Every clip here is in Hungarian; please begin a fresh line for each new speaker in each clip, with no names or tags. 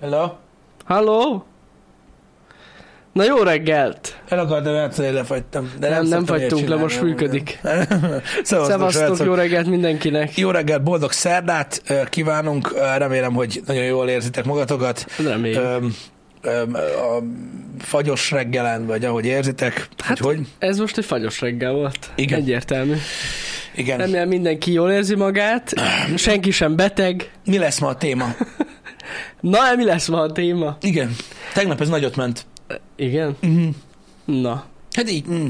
Hello?
Halló? Na jó reggelt!
El akartam játszani, lefagytam. De nem,
Nem, nem
szoktam ilyet
fagytunk le, most
csinálni,
működik.
amúgy. Szevasztok,
Szevasztok,
srácok.
jó reggelt mindenkinek!
Jó reggelt, boldog szerdát ö, kívánunk. Ö, Remélem, hogy nagyon jól érzitek magatokat.
Reméljük.
Öm, öm, A fagyos reggelen, vagy ahogy érzitek. Hát,
Hát-
hogy?
Ez most egy fagyos reggel volt.
Igen.
Egyértelmű.
Igen.
Remélem mindenki jól érzi magát, senki sem beteg.
Mi lesz ma a téma?
Na, mi lesz ma a téma?
Igen. Tegnap ez nagyot ment.
Igen?
Mhm.
Na.
Hát így. Mm.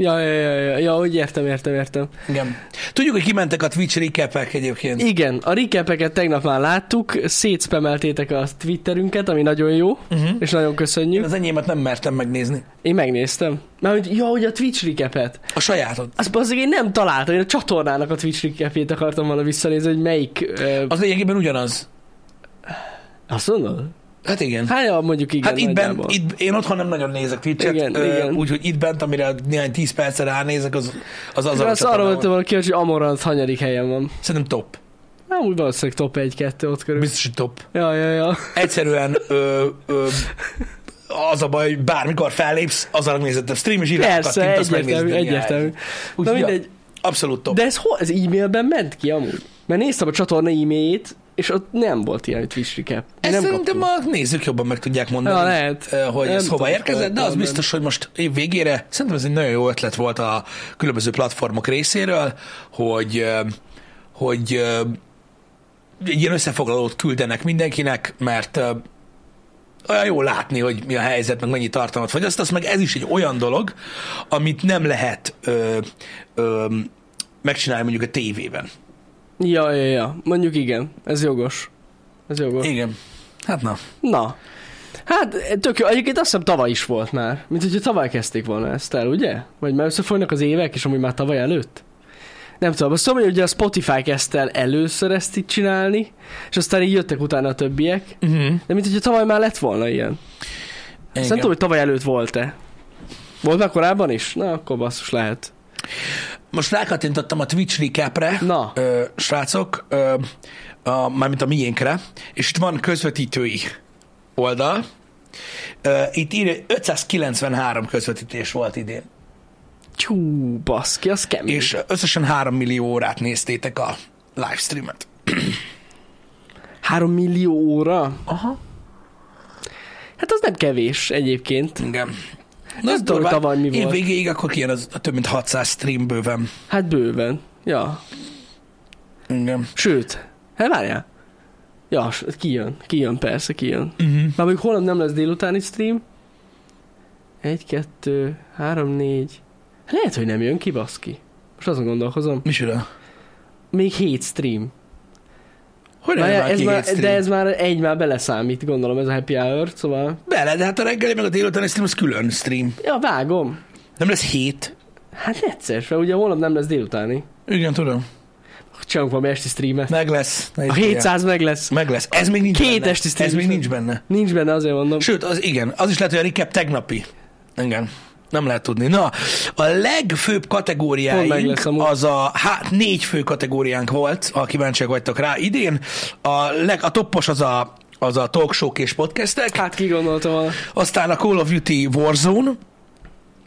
Ja, ja, ja, ja, ja, úgy értem, értem, értem.
Igen. Tudjuk, hogy kimentek a Twitch recapek egyébként.
Igen, a recapeket tegnap már láttuk, szétszpemeltétek a Twitterünket, ami nagyon jó,
Uh-huh.
és nagyon köszönjük.
Én az enyémet nem mertem megnézni.
Én megnéztem. Mert hogy, ja, hogy a Twitch recapet.
A sajátot.
Azt azért én nem találtam, én a csatornának a Twitch recapjét akartam volna visszanézni, hogy melyik... Uh,
Az lényegében ugyanaz.
azt mondod?
Hát igen.
Hát ja, mondjuk igen.
Hát itt bent,
nagyjából.
itt, én otthon nem nagyon nézek
Igen,
Twitch-et,
igen.
úgyhogy itt bent, amire néhány tíz percre ránézek, az az, az,
Az azt arra
csatornában.
voltam volna kíváncsi, hogy Amorant hanyadik helyen van.
Szerintem top.
Nem úgy valószínűleg top 1-2 ott körül.
Biztos, hogy top.
Ja, ja, ja.
Egyszerűen ö, ö, az a baj, hogy bármikor fellépsz, az arra nézed a stream, és irányokat
Persze,
kint azt
egyértelmű,
megnézed.
egyértelmű. Na
Úgyhogy ja,
mindegy,
abszolút top.
de ez, hol, ez e-mailben ment ki amúgy? Mert néztem a csatorna e-mailjét, és ott nem volt ilyen hogy Twitch recap.
Ezt
nem
szerintem
kaptunk.
a nézők jobban meg tudják mondani,
Ja, lehet.
ö, hogy
Nem
ez hova
tudom,
érkezett, de az
szerintem.
biztos, hogy most év végére szerintem ez egy nagyon jó ötlet volt a különböző platformok részéről, hogy, ö, hogy ö, egy ilyen összefoglalót küldenek mindenkinek, mert ö, olyan jó látni, hogy mi a helyzet, meg mennyi tartalmat fogyasztasz, meg ez is egy olyan dolog, amit nem lehet ö, ö, megcsinálni mondjuk a tévében.
Ja, ja, ja. Mondjuk igen. Ez jogos. Ez jogos.
Igen. Hát na.
Na. Hát, tök jó. Egyébként azt hiszem tavaly is volt már. Mint hogyha tavaly kezdték volna ezt el, ugye? Vagy már összefolynak az évek, és amúgy már tavaly előtt? Nem tudom, azt tudom, hogy ugye a Spotify kezdte el először ezt így csinálni, és aztán így jöttek utána a többiek.
Uh-huh.
De mint hogyha tavaly már lett volna ilyen. Azt nem tudom, Mhm. hogy tavaly előtt volt-e. Volt már korábban is? Na, akkor basszus lehet.
Most rákattintottam a Twitch recapre,
Na.
Ö, srácok, ö, a, mármint a miénkre, és itt van közvetítői oldal. Ö, itt írja, 593 közvetítés volt idén,
Tyú, baszki, az kemény.
és összesen 3 millió órát néztétek a livestreamet.
Három millió óra?
Aha.
Hát az nem kevés egyébként.
Igen.
Nem
ez
tudom,
durván.
tavaly mi
Év
volt.
végéig akkor kijön az a több mint 600 stream bőven.
Hát bőven. Ja,
Igen.
Sőt, hát várjál. Ja, s- kijön, kijön, persze, kijön.
Uh-huh.
Már mondjuk holnap nem lesz délutáni stream. Egy, kettő, három, négy. Lehet, hogy nem jön ki, baszki. Most azon gondolkozom.
Micsoda?
Még hét stream.
Hogy nem
Várjál,
már
ez
ki
már,
hét stream?
de ez már egy már beleszámít, gondolom, ez a happy hour, szóval...
Bele, de hát a reggeli meg a délutáni stream az külön stream.
Ja, vágom.
Nem lesz hét?
Hát egyszer, mert ugye holnap nem lesz délutáni.
Igen, tudom.
Csinálunk valami esti streamet.
Meg lesz. Ne is
A
figyelj.
700 meg lesz.
Meg lesz. Ez még nincs
Két
benne.
esti stream
Ez még
is
nincs benne.
Nincs benne, azért mondom.
Sőt, az igen, az is lehet, hogy a recap tegnapi. Igen. Nem lehet tudni. Na, a legfőbb
Hol meg lesz
kategóriáink
amúgy?
az a, hát négy fő kategóriánk volt, ha kíváncsiak vagytok rá idén. A, leg, a toppos az a, az a talk show és podcastek,
Hát ki gondolta volna?
aztán a Call of Duty Warzone,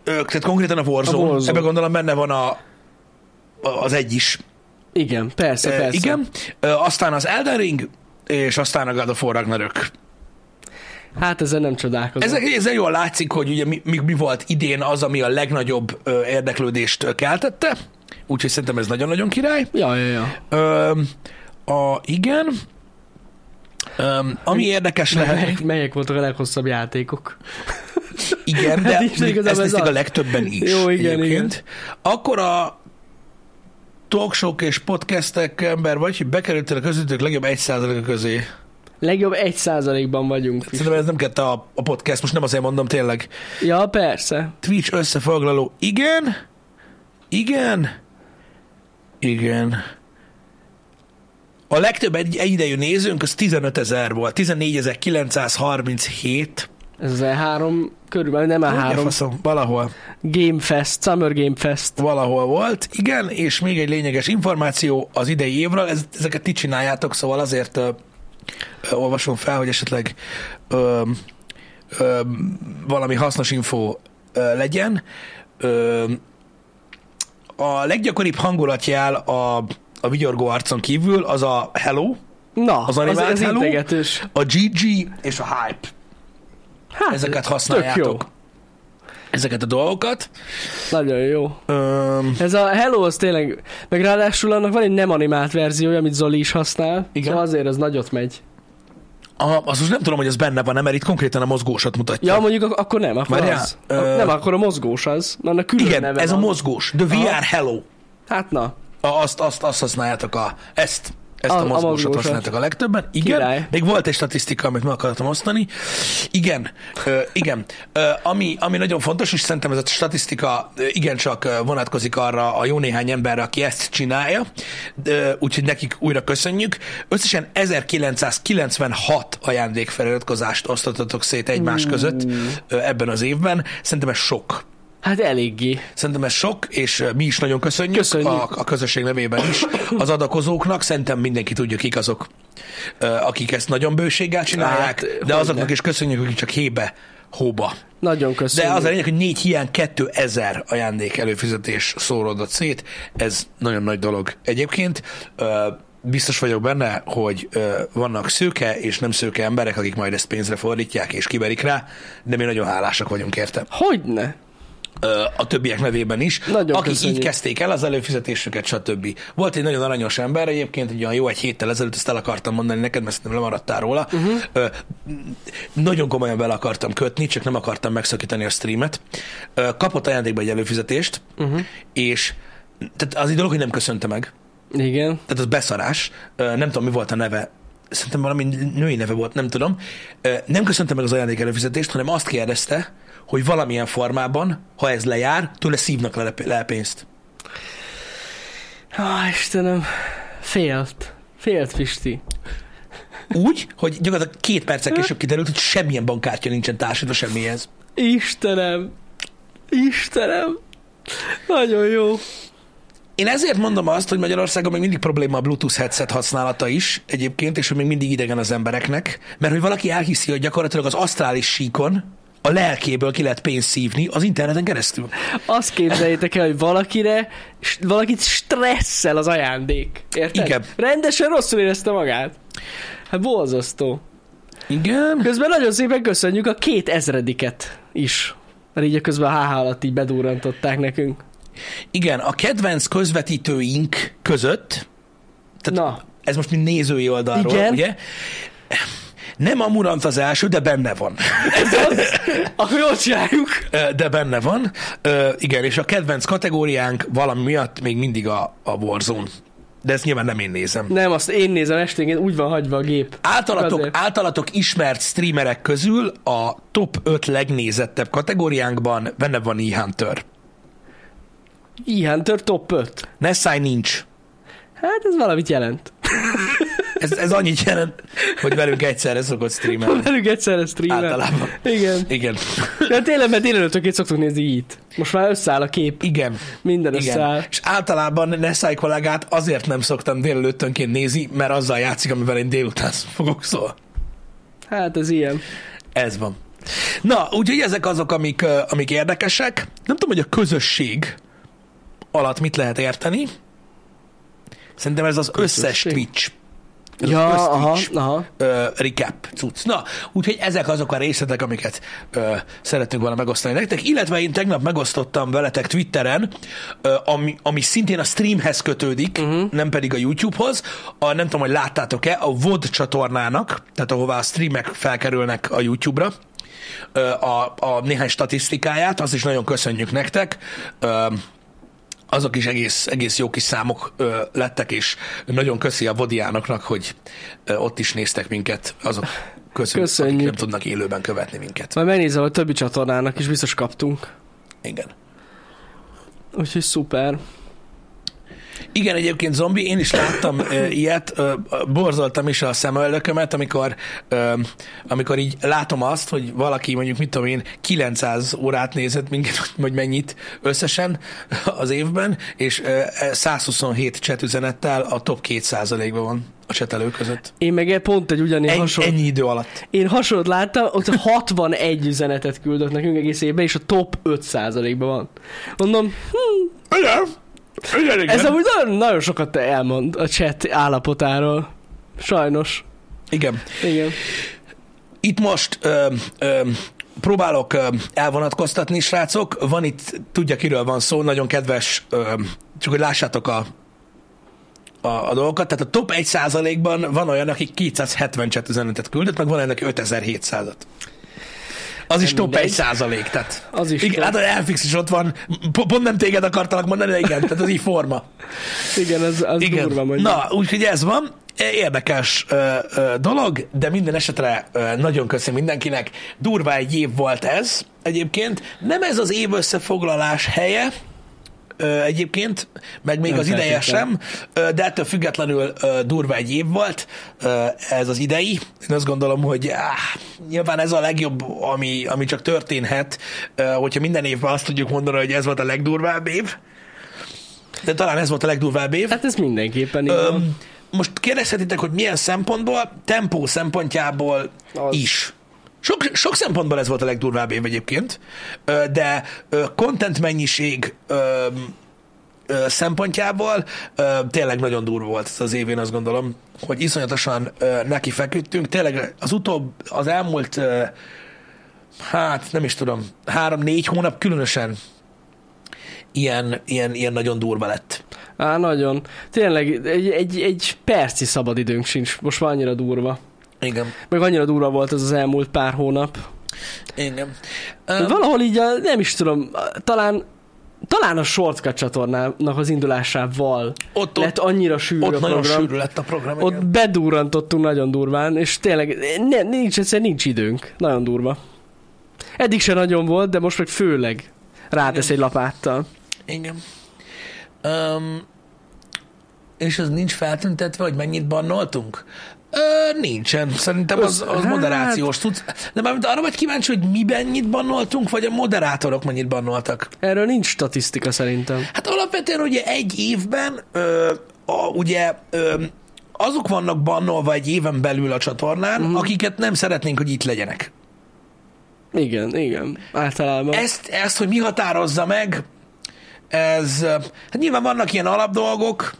ők, tehát konkrétan a Warzone, a Warzone.
Warzone.
ebben gondolom benne van a, a- az egy is,
Igen, persze,
Ö,
persze.
igen, Ö, aztán az Elden Ring, és aztán a God of War Ragnarök.
Hát ezzel nem csodálkozom.
Ezek, ezzel jól látszik, hogy ugye mi, mi, mi volt idén az, ami a legnagyobb ö, érdeklődést ö, keltette, úgyhogy szerintem ez nagyon-nagyon király.
Ja, ja, ja.
Ö, a, igen. Ö, ami érdekes lehet,
Melyek, melyek voltak a leghosszabb játékok?
igen, de
Hát is
mondjuk
igazából
ezt
ez
nézték
az.
a legtöbben is.
Jó, igen,
egyébként. Akkor a talkshow és podcastek ember vagy, hogy bekerültél a közöttük legjobb 1%-a közé.
Legjobb 1%-ban vagyunk. Fis.
Szerintem ez nem kette a, a podcast, most nem azért mondom tényleg.
Ja, persze.
Twitch összefoglaló. Igen, igen, igen. A legtöbb egy, egyidejű nézőnk az 15 ezer volt, 14.937.
Ez az E3 körülbelül, nem a
Ugye,
3.
faszom, Valahol,
Game Fest, Summer Game Fest.
valahol volt. Igen, és még egy lényeges információ az idei évről, ez, ezeket ti csináljátok, szóval azért ö, ö, olvasom fel, hogy esetleg ö, ö, valami hasznos info ö, legyen. Ö, a leggyakoribb hangulatjel a, a vigyorgó arcon kívül az a hello,
Na,
Az
az,
animált
az, az
Hello?
integetős.
a GG és a hype.
Hát,
Ezeket
Tök
használjátok.
jó.
Ezeket a dolgokat.
Nagyon jó.
Öm,
Ez a Hello az tényleg, meg ráadásul annak van egy nem animált verziója, amit Zoli is használ.
Igen.
Szóval azért az nagyot megy.
a, az most nem tudom, hogy az benne van, mert itt konkrétan a mozgósat mutatja.
Ja, mondjuk ak- akkor nem, akkor
Szóval- Várjál,
az.
ö-
Ö... Nem, akkor a mozgós az. Na, annak külön
Igen,
neve
ez a
van.
mozgós. The
Aha.
VR Hello.
Hát na,
A, azt, azt, azt használjátok a, ezt, ezt a,
A-
a
a
mozgósat,
mozgósat.
használjátok a legtöbben. Igen.
Király.
Még volt egy statisztika, amit meg akartam osztani. Igen, ö, igen. Ö, ami, ami nagyon fontos, és szerintem ez a statisztika ö, igencsak ö, vonatkozik arra a jó néhány emberre, aki ezt csinálja, Ö, úgyhogy nekik újra köszönjük. Összesen 1996 ajándékfeliratkozást osztottatok szét egymás
Hmm.
között ö, ebben az évben. Szerintem ez sok.
hát eléggé.
Szerintem ez sok, és ö, mi is nagyon köszönjük,
Köszönjük.
A, a közösség nevében is az adakozóknak. Szerintem mindenki tudja, kik azok, ö, akik ezt nagyon bőséggel csinálják,
Hát,
de
hogyne.
azoknak is köszönjük, akik csak hébe, hóba.
Nagyon
De
köszönjük.
az a lényeg, hogy négy hiány 2000 ajándék előfizetés szóródott szét. Ez nagyon nagy dolog egyébként. Ö, Biztos vagyok benne, hogy ö, vannak szőke és nem szőke emberek, akik majd ezt pénzre fordítják és kiverik rá, de mi nagyon hálásak vagyunk érte
Hogyne?
ö, a többiek nevében is,
Nagyon
akik
köszönjük.
így kezdték el az előfizetésüket, stb. Volt egy nagyon aranyos ember egyébként, egy olyan jó egy héttel ezelőtt, ezt el akartam mondani neked, mert szerintem lemaradtál róla. Uh-huh. Ö, nagyon komolyan bele akartam kötni, csak nem akartam megszakítani a streamet. Ö, kapott ajándékba egy előfizetést, uh-huh. és tehát az egy dolog, hogy nem köszönte meg,
Igen.
tehát az beszarás, Ö, nem tudom, mi volt a neve, szerintem valami női neve volt, nem tudom. Ö, Nem köszönte meg az ajándék előfizetést, hanem azt kérdezte, hogy valamilyen formában, ha ez lejár, tőle szívnak le, le pénzt.
Á, Istenem. Félt. Félt, Pisti.
Úgy, hogy gyakorlatilag két perccel később kiderült, hogy semmilyen bankkártya nincsen társítva semmihez.
Istenem. Istenem. Nagyon jó.
Én ezért mondom azt, hogy Magyarországon még mindig probléma a Bluetooth headset használata is egyébként, és hogy még mindig idegen az embereknek, mert hogy valaki elhiszi, hogy gyakorlatilag az asztrális síkon a lelkéből ki lehet pénzt szívni az interneten keresztül.
Azt képzeljétek el, hogy valakire, s- valakit stresszel az ajándék. Érted?
Igen.
Rendesen rosszul érezte magát. Hát borzasztó.
Igen.
Közben nagyon szépen köszönjük a két ezrediket is. Mert így a közben a HH alatt így bedurrantották nekünk.
Igen, a kedvenc közvetítőink között, tehát
Na,
ez most mind nézői oldalról, Igen.
Igen.
ugye? Nem a Murant az első, de benne van.
ez az, akkor jól csináljuk.
Ö, De benne van. Ö, Igen, és a kedvenc kategóriánk valami miatt még mindig a, a Warzone. De ezt nyilván nem én nézem.
Nem, azt én nézem esténként, úgy van hagyva a gép.
Általatok,
Azért.
általatok ismert streamerek közül a top 5 legnézettebb kategóriánkban benne van e-hunter.
Ilyen tör top 5.
Nessai nincs.
Hát ez valamit jelent.
Ez, ez annyit jelent, hogy velünk egyszerre szokott streamelni.
Velük egyszerre streamel.
Általában.
Igen.
Igen.
De hát tényleg, mert délelőttönként szoktunk nézni itt. Most már összeáll a kép.
Igen.
Minden Igen.
Igen.
összeáll.
És általában Nessai kollégát azért nem szoktam délelőttönként nézni, mert azzal játszik, amivel én délután fogok szól.
Hát ez ilyen.
Ez van. Na, úgyhogy ezek azok, amik, ö, amik érdekesek. Nem tudom, hogy a közösség alatt mit lehet érteni. Szerintem ez az
Közösség?
összes Twitch. Ez
Ja,
az össz
aha,
Twitch
aha.
ö, recap cucc. Na, úgyhogy ezek azok a részletek, amiket ö, szerettünk volna megosztani nektek, illetve én tegnap megosztottam veletek Twitteren, ö, ami, ami szintén a streamhez kötődik, uh-huh. nem pedig a YouTube-hoz, a, nem tudom, hogy láttátok-e, a VOD csatornának, tehát ahová a streamek felkerülnek a YouTube-ra, ö, a, a néhány statisztikáját, azt is nagyon köszönjük nektek. Ö, azok is egész, egész jó kis számok ö, lettek, és nagyon köszi a Vodiánoknak, hogy ö, ott is néztek minket azok közül, Köszönjük.
Köszönjük.
akik nem tudnak élőben követni minket.
Majd Szóval megnézem, a többi csatornának is biztos kaptunk.
Igen.
Úgyhogy szuper.
Igen, egyébként zombi, én is láttam ö, ilyet, ö, ö, borzoltam is a szemöldökömet, amikor, ö, amikor így látom azt, hogy valaki mondjuk, mit tudom én, 900 órát nézett minket, vagy mennyit összesen az évben, és ö, 127 chat üzenettel a top 2%-ban van a csetelők között.
Én meg pont egy ugyanilyen
Ennyi,
hasonló...
ennyi idő alatt.
Én hasonlót láttam, ott 61 üzenetet küldött nekünk egész évben, és a top 5%-ban van. Mondom,
Igen. Igen, igen.
ez amúgy nagyon, nagyon sokat elmond a chat állapotáról. Sajnos.
igen.
Igen.
Itt most ö, ö, próbálok ö, elvonatkoztatni, srácok. Van itt, tudja kiről van szó, nagyon kedves, ö, csak hogy lássátok a, a, a dolgokat. Tehát a top 1%-ban van olyan, aki 270 chat üzenetet küldött, meg van olyan, aki 5700-at. Az is
Nem
top
mindegy.
1 százalék, tehát.
Az is
Igen,
top.
hát a Elfix is ott van. Po- Pont nem téged akartalak mondani, de igen, tehát az így forma.
Igen, az, az
Igen.
durva mondjuk.
Na, úgyhogy ez van. E, Érdekes ö, ö, dolog, de minden esetre ö, nagyon köszönöm mindenkinek. Durvá egy év volt ez egyébként. Nem ez az év összefoglalás helye ö, egyébként, meg még
Nem
az ideje
feltétlenül.
sem, ö, de ettől függetlenül ö, durva egy év volt ö, ez az idei. Én azt gondolom, hogy áh, nyilván ez a legjobb, ami, ami csak történhet, ö, hogyha minden évben azt tudjuk mondani, hogy ez volt a legdurvább év. De talán ez volt a legdurvább év.
Hát ez mindenképpen így van.
Öm, most kérdezhetitek, hogy milyen szempontból, tempó szempontjából
Az.
Az. is. Sok, sok szempontból ez volt a legdurvább év egyébként, ö, de ö, content mennyiség öm, ö, szempontjából ö, tényleg nagyon durva volt ez az év, én azt gondolom, hogy iszonyatosan ö, neki feküdtünk. Tényleg az utóbb, az elmúlt, ö, hát nem is tudom, három-négy hónap különösen ilyen, ilyen, ilyen nagyon durva lett.
Á, nagyon. Tényleg, egy, egy, egy perci szabadidőnk sincs. Most már annyira durva.
Igen.
Meg annyira durva volt ez az elmúlt pár hónap.
Igen.
De
Ö,
valahol így, a, nem is tudom, a- talán talán a Shortcut csatornának az indulásával
ott,
lett
ott,
annyira sűrű
ott
a
nagyon
program.
sűrű lett a program. igen.
Ott bedurrantottunk nagyon durván, és tényleg ne, nincs, egyszerűen nincs időnk. Nagyon durva. Eddig se nagyon volt, de most meg főleg rátesz egy lapáttal.
Igen. Um, és az nincs feltüntetve, hogy mennyit bannoltunk? Ö, nincsen. Szerintem az, az
Hát-
moderációs tudsz. De mármint arra vagy kíváncsi, hogy mi mennyit bannoltunk, vagy a moderátorok mennyit bannoltak?
Erről nincs statisztika szerintem.
Hát alapvetően ugye egy évben ö, a, ugye ö, azok vannak bannolva egy éven belül a csatornán,
Mhm.
uh-huh. akiket nem szeretnénk, hogy itt legyenek.
Igen, igen. Általában.
Ezt, ezt, hogy mi határozza meg, ez, ö, hát nyilván vannak ilyen alapdolgok,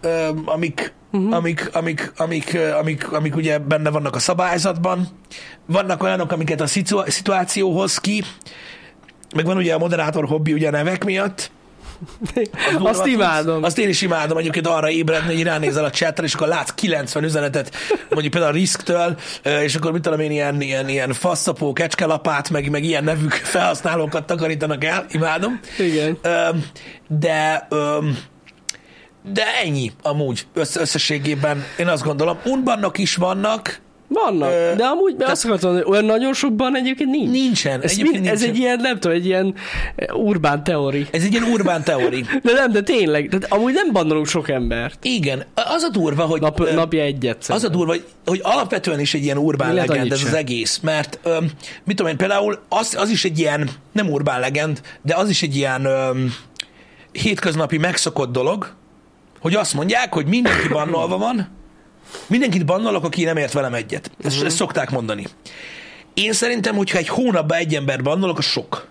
ö, amik, uh-huh. amik, amik, amik, ö, amik, amik ugye benne vannak a szabályzatban, vannak olyanok, amiket a szitu- szituációhoz ki, meg van ugye a moderátor hobbi ugye a nevek miatt.
Azt imádom.
Azt én is imádom egyébként arra ébredni, hogy ránézel a chatre, és akkor látsz 90 üzenetet, mondjuk például a Risktől, ö, és akkor mit tudom én, ilyen, ilyen, ilyen faszapó, kecskelapát, meg, meg ilyen nevük felhasználókat takarítanak el, imádom.
Igen.
Öm, De, öm, de ennyi amúgy össz- összességében, én azt gondolom. Unbannok is vannak,
Vannak,
Ö,
de amúgy be
tehát-
azt akartam, mondani, hogy olyan nagyon sokban egyébként nincs.
nincsen.
Ez,
egyébként
mind, ez
nincsen.
egy ilyen, nem tudom, egy ilyen eh, urbán teori.
ez egy ilyen urbán teori.
De nem, de tényleg, tehát amúgy nem bannolok sok embert.
Igen, az a durva, hogy...
Nap,
öm,
napja egyet.
Az a durva, hogy, hogy alapvetően is egy ilyen urbán
Lehet,
legend
annyit
ez
se.
az egész, mert öm, mit tudom én, például az, az is egy ilyen, nem urbán legend, de az is egy ilyen öm, hétköznapi megszokott dolog, hogy azt mondják, hogy mindenki bannolva van, mindenkit bannolok, aki nem ért velem egyet. Ezt,
Mhm.
uh-huh. ezt szokták mondani. Én szerintem, hogyha egy hónapban egy ember bannolok, az sok.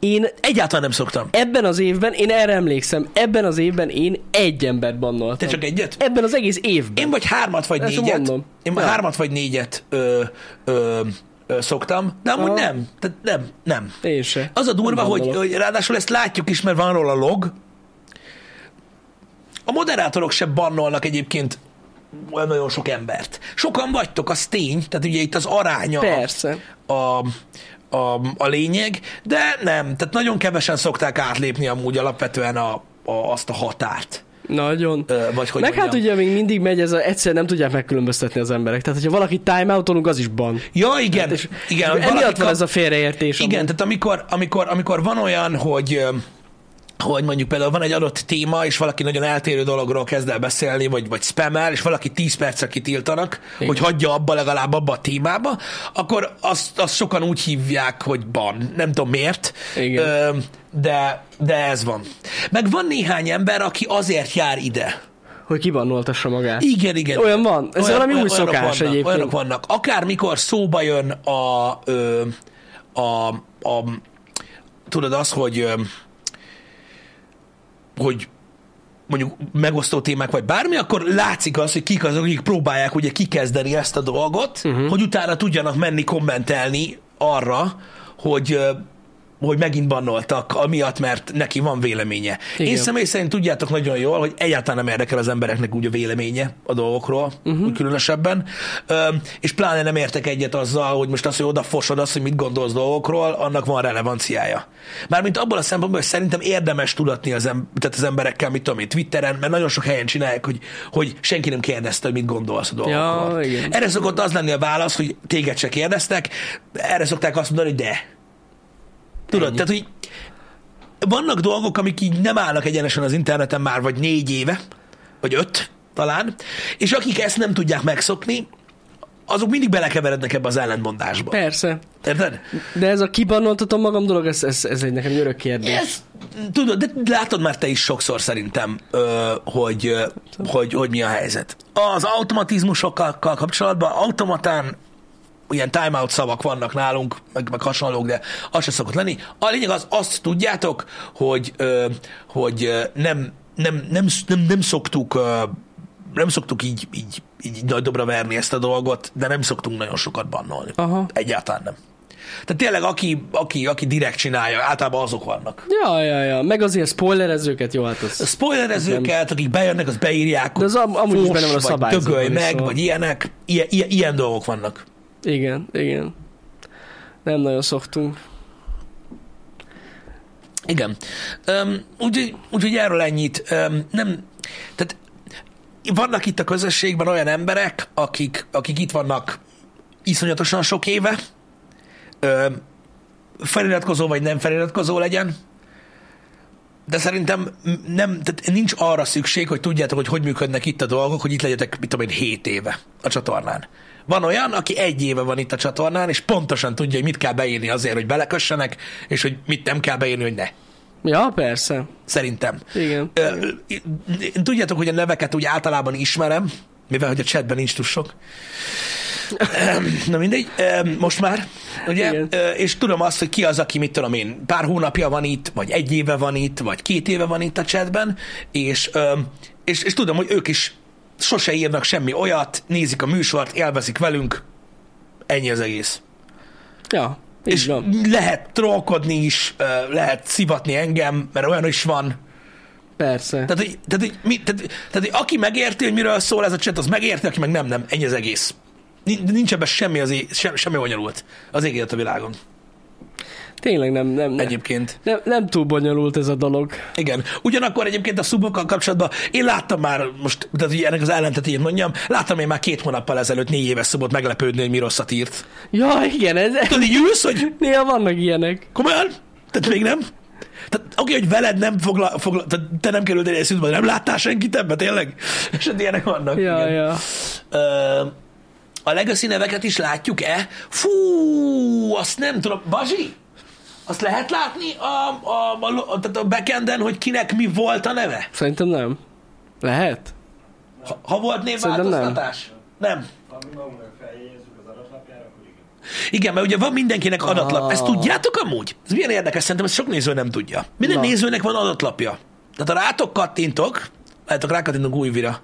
Én
Egyáltalán nem szoktam.
ebben az évben, én erre emlékszem, ebben az évben én egy embert
Te
bannoltam.
csak egyet?
Ebben az egész évben.
Én vagy hármat, vagy
Ezt
négyet.
mondom.
Én ja.
Ja.
hármat, vagy négyet ö, ö, ö, szoktam, de amúgy
Aha.
nem. Tehát nem, nem.
Én se.
Az a durva,
Nem
hogy,
gondolom.
hogy ráadásul ezt látjuk is, mert van róla log. A moderátorok se bannolnak egyébként olyan nagyon sok embert. Sokan vagytok, az tény, tehát ugye itt az aránya
Persze.
a, a, a lényeg, de nem, tehát nagyon kevesen szokták átlépni amúgy alapvetően a, a, azt a határt.
Nagyon.
Ö, vagy hogy
Meg hát
mondjam.
ugye még mindig megy ez a, egyszer nem tudják megkülönböztetni az emberek. Tehát, hogyha valaki timeoutolunk, az is ban.
Ja, igen,
Hát És,
igen.
és
valaki
emiatt van
kap-
ez a félreértés.
Igen,
amúgy.
tehát amikor, amikor, amikor van olyan, hogy ö, hogy mondjuk például van egy adott téma, és valaki nagyon eltérő dologról kezd el beszélni, vagy, vagy spammel, és valaki 10 percre kitiltanak, Igen. hogy hagyja abba legalább abba a témába, akkor azt, azt sokan úgy hívják, hogy ban. Nem tudom miért,
Igen.
Ö, de, de ez van. Meg van néhány ember, aki azért jár ide.
Hogy kibannoltassa magát.
Igen, igen.
Olyan van. Ez valami új
olyanok
szokás
vannak,
egyébként.
Olyanok vannak. Akármikor szóba jön a, ö, a, a tudod az, hogy ö, hogy mondjuk megosztó témák, vagy bármi, akkor látszik az, hogy kik azok, akik próbálják ugye kikezdeni ezt a dolgot,
Mhm.
uh-huh. hogy utána tudjanak menni kommentelni arra, hogy ö, hogy megint bannoltak, amiatt, mert neki van véleménye. Igen. Én
Igen.
személy szerint tudjátok nagyon jól, hogy egyáltalán nem érdekel az embereknek úgy a véleménye a dolgokról, uh-huh. úgy különösebben, Öm, és pláne nem értek egyet azzal, hogy most az, hogy odafosod azt, hogy mit gondolsz dolgokról, annak van relevanciája. Mármint abból a szempontból, hogy szerintem érdemes tudatni az, em- tehát az emberekkel, mit tudom én, Twitteren, mert nagyon sok helyen csinálják, hogy, hogy senki nem kérdezte, hogy mit gondolsz a dolgokról.
igen.
Erre szokott az lenni a válasz, hogy téged se kérdeztek, erre szokták azt mondani, hogy de. Tudod, Ennyi. tehát, hogy vannak dolgok, amik így nem állnak egyenesen az interneten már vagy négy éve, vagy öt talán, és akik ezt nem tudják megszokni, azok mindig belekeverednek ebbe az ellentmondásba.
Persze.
Érted?
De ez a kibannoltatom magam dolog, ez, ez, ez egy nekem örök kérdés.
Ez, tudod, de látod már te is sokszor szerintem, ö, hogy, ö, hogy, hogy mi a helyzet. Az automatizmusokkal kapcsolatban automatán ilyen timeout szavak vannak nálunk, meg, meg hasonlók, de az se szokott lenni. A lényeg az, azt tudjátok, hogy, ö, hogy ö, nem, nem, nem, nem, nem szoktuk ö, nem szoktuk így, így, így nagy dobra verni ezt a dolgot, de nem szoktunk nagyon sokat bannolni.
Aha.
Egyáltalán nem. Tehát tényleg, aki, aki, aki direkt csinálja, általában azok vannak.
Ja, ja, ja. Meg azért spoilerezőket, jó, hát
A
az...
spoilerezőket, akik bejönnek, azt beírják,
De az am- amúgy is benne van a
vagy
szabályzatban
dögölj
is,
meg,
szóval.
vagy ilyenek. Ilyen, ilyen, ilyen dolgok vannak.
Igen, igen. Nem nagyon szoktunk.
Igen. Um, Úgyhogy úgy, erről ennyit. Um, nem, tehát vannak itt a közösségben olyan emberek, akik, akik itt vannak iszonyatosan sok éve, um, feliratkozó vagy nem feliratkozó legyen, de szerintem nem, tehát nincs arra szükség, hogy tudjátok, hogy hogy működnek itt a dolgok, hogy itt legyetek, mit tudom én, 7 éve a csatornán. Van olyan, aki egy éve van itt a csatornán, és pontosan tudja, hogy mit kell beírni azért, hogy belekössenek, és hogy mit nem kell beírni, hogy ne.
Ja, persze.
Szerintem.
Igen.
Ö, én- Tudjátok, hogy a neveket úgy általában ismerem, mivel hogy a chatben nincs túl sok. Na mindegy, ö, most már, ugye?
Igen.
Ö, És tudom azt, hogy ki az, aki mit tudom én, pár hónapja van itt, vagy egy éve van itt, vagy két éve van itt a chatben, és, ö, és, és tudom, hogy ők is sose írnak semmi olyat, nézik a műsort, élvezik velünk, ennyi az egész.
Ja, így
És
és... van.
lehet trollkodni is, ö, lehet szivatni engem, mert olyan is van,
Persze.
tehát, hogy, tehát, hogy, mi, tehát, tehát, hogy aki megérti, hogy miről szól ez a chat, az megérti, aki meg nem, nem. Ennyi az egész. Nin- Nincs ebben semmi, az é- sem, semmi bonyolult. Az ég élt a világon.
Tényleg nem, nem, nem,
Egyébként.
nem, nem túl bonyolult ez a dolog.
Igen. Ugyanakkor egyébként a szubokkal kapcsolatban én láttam már, most, tehát ugye ennek az ellentetét mondjam, láttam én már két hónappal ezelőtt négy éves szubot meglepődni, hogy mi rosszat írt.
Ja, igen, ez...
Tudod, így ülsz, hogy
Néha vannak ilyenek.
komolyan? Tehát még nem? Tehát oké, hogy veled nem fogla, fogla tehát te nem kerültél egy szűzbe, nem láttál senkit ebben, tényleg? És hát ilyenek vannak.
Ja,
igen.
ja.
Ö, a legacy neveket is látjuk-e? Fú, azt nem tudom. Bazsi, azt lehet látni a, a, a, lo- tehát a backenden, hogy kinek mi volt a neve?
Szerintem nem. Lehet?
Ha, ha volt
Szerintem nem.
névváltoztatás? Nem. nem.
Ha mi magunknak feljegyezzük az adatlapjára, akkor igen.
Igen, mert ugye van mindenkinek adatlap.
Ah.
Ezt tudjátok amúgy? Ez milyen érdekes, szerintem ezt sok néző nem tudja. Minden
Na.
nézőnek van adatlapja. Tehát ha rátok kattintok, látok rákattintok újvira.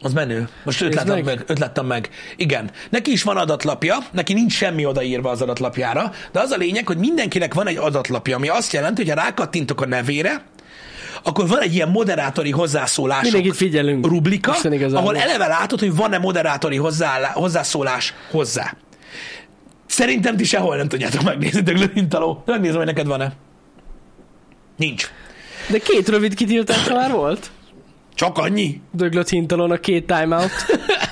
Az menő. Most őt
Nézd
láttam meg.
meg.
meg, őt láttam meg. Igen. Neki is van adatlapja, neki nincs semmi odaírva az adatlapjára, de az a lényeg, hogy mindenkinek van egy adatlapja, ami azt jelenti, hogy ha rákattintok a nevére, akkor van egy ilyen moderátori hozzászólás
Mindenkit figyelünk.
rublika,
Isten igazából.
ahol eleve látod, hogy van-e moderátori hozzáállá- hozzászólás hozzá. Szerintem ti sehol nem tudjátok megnézni, de Glörintaló. Megnézem, hogy neked van-e. Nincs.
De két rövid kitiltása már volt.
Csak annyi?
Döglött hintalon a két timeout.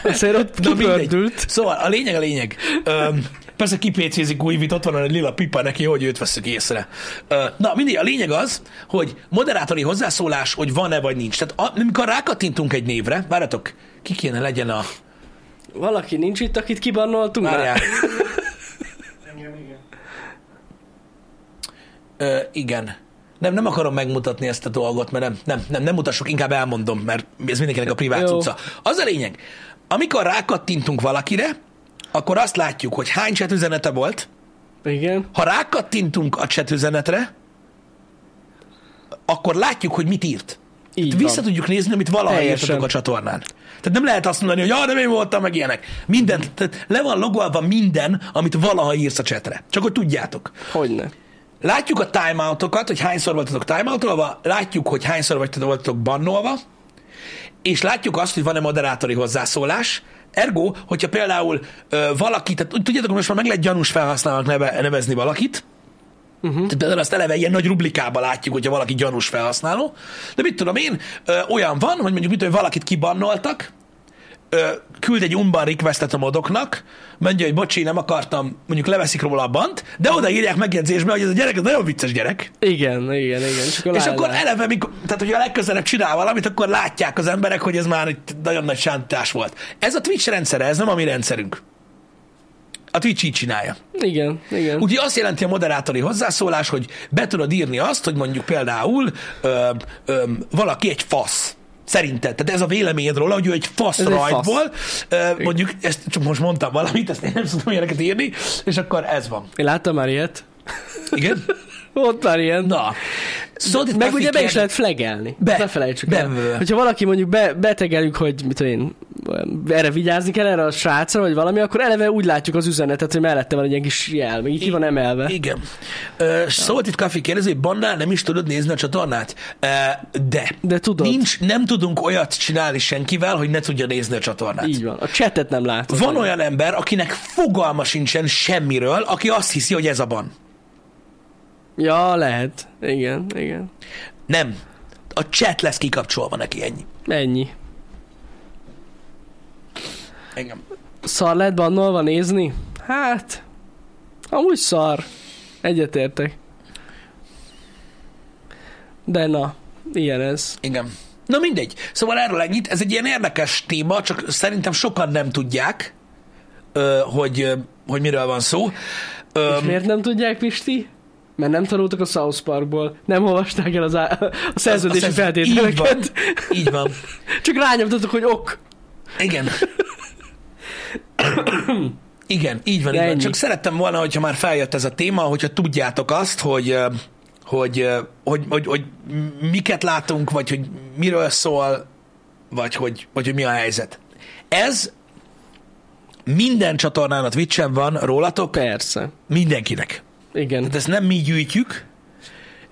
Azért ott
Na mindegy.
kipördült.
Szóval a lényeg a lényeg. Öm, Persze kipécézik új vit, ott van a lila pipa neki, hogy őt veszük észre. Ö, Na, mindig a lényeg az, hogy moderátori hozzászólás, hogy van-e vagy nincs. Tehát a- amikor rákattintunk egy névre, várjatok, ki kéne legyen a...
Valaki nincs itt, akit kibannoltunk
Várjál.
már?
Engem igen.
Ö, igen. Nem, nem akarom megmutatni ezt a dolgot, mert nem, nem, nem, nem mutassuk, inkább elmondom, mert ez mindenkinek a privát
Jó.
cucca. Az a lényeg, amikor rákattintunk valakire, akkor azt látjuk, hogy hány chat üzenete volt,
Igen.
ha rákattintunk a chat üzenetre, akkor látjuk, hogy mit írt.
Így
Hát Vissza
van.
tudjuk nézni, amit valaha
Teljesen.
írtatok a csatornán. Tehát nem lehet azt mondani, hogy ja, nem én voltam, meg ilyenek. Minden, tehát le van logolva minden, amit valaha írsz a csetre. Csak hogy tudjátok.
Hogyne.
Látjuk a timeoutokat, hogy hányszor voltatok timeoutolva, látjuk, hogy hányszor vagytok- voltatok bannolva, és látjuk azt, hogy van-e moderátori hozzászólás. Ergo, hogyha például ö, valaki, tehát úgy tudjátok, hogy most már meg lehet gyanús felhasználónak neve, nevezni valakit, Uh-huh. Tehát például azt eleve ilyen nagy rublikába látjuk, hogyha valaki gyanús felhasználó. De mit tudom én, ö, olyan van, hogy mondjuk mit tudom, valakit kibannoltak, ö, küld egy unban requestet a modoknak, mondja, hogy bocsi, nem akartam, mondjuk leveszik róla a bant, de odaírják megjegyzésbe, hogy ez a gyerek, ez nagyon vicces gyerek.
Igen, igen, igen. Csak
És akkor eleve, mikor, tehát hogyha legközelebb csinál valamit, akkor látják az emberek, hogy ez már itt nagyon nagy sántás volt. Ez a Twitch rendszere, ez nem a mi rendszerünk. A Twitch így csinálja.
Igen, igen.
Ugye azt jelenti a moderátori hozzászólás, hogy be tudod írni azt, hogy mondjuk például ö, ö, valaki egy fasz. Szerinted. Tehát ez a véleményed róla, hogy ő egy fasz
Ez
ez
egy
rajtból. Ö, mondjuk, ezt csak most mondtam valamit, ezt én nem szoktam ilyeneket írni, és akkor ez van.
Én láttam már ilyet.
Igen?
Ott már ilyen.
Na. Szóval itt
Meg ugye be is
kérni-
lehet flegelni.
Be.
Ezt ne felejtsük
Be,
el.
be, be.
Hogyha valaki mondjuk be, betegeljük, hogy mit tudom én, erre vigyázni kell, erre a srácra, vagy valami, akkor eleve úgy látjuk az üzenetet, hogy mellette van egy ilyen kis jel, meg így ki van emelve.
Igen. Ö, Szóval itt Kafi kérdezi, hogy Bannál nem is tudod nézni a csatornát? Ö, De.
De tudod.
Nincs, nem tudunk olyat csinálni senkivel, hogy ne tudja nézni a csatornát.
Így van. A chatet nem látod.
Van olyan ember, akinek fogalma sincsen semmiről, aki azt hiszi, hogy ez a ban.
Ja, lehet. Igen, igen.
Nem. A chat lesz kikapcsolva neki, ennyi.
Ennyi.
Engem.
Szar lehet bannolva nézni? Hát, amúgy szar. Egyetértek. De na, ilyen ez.
Igen. Na mindegy. Szóval erről ennyit. Ez egy ilyen érdekes téma, csak szerintem sokan nem tudják, ö, hogy, ö, hogy miről van szó. Ö,
És miért nem tudják, Pisti? Mert nem tanultak a South Parkból, nem olvasták el az á- a szerződési
azt- azt-
feltételeket.
Így van. Így van.
Csak rányomtatok, hogy ok.
Igen. Igen, így van,
De
így van.
ennyi.
Csak szerettem volna, hogyha már feljött ez a téma, hogyha tudjátok azt, hogy, ö, hogy, ö, hogy, hogy, hogy miket látunk, vagy hogy miről szól, vagy hogy, vagy hogy mi a helyzet. Ez minden csatornán a Twitch-en van rólatok,
Persze.
mindenkinek.
Igen.
Tehát ezt nem mi gyűjtjük,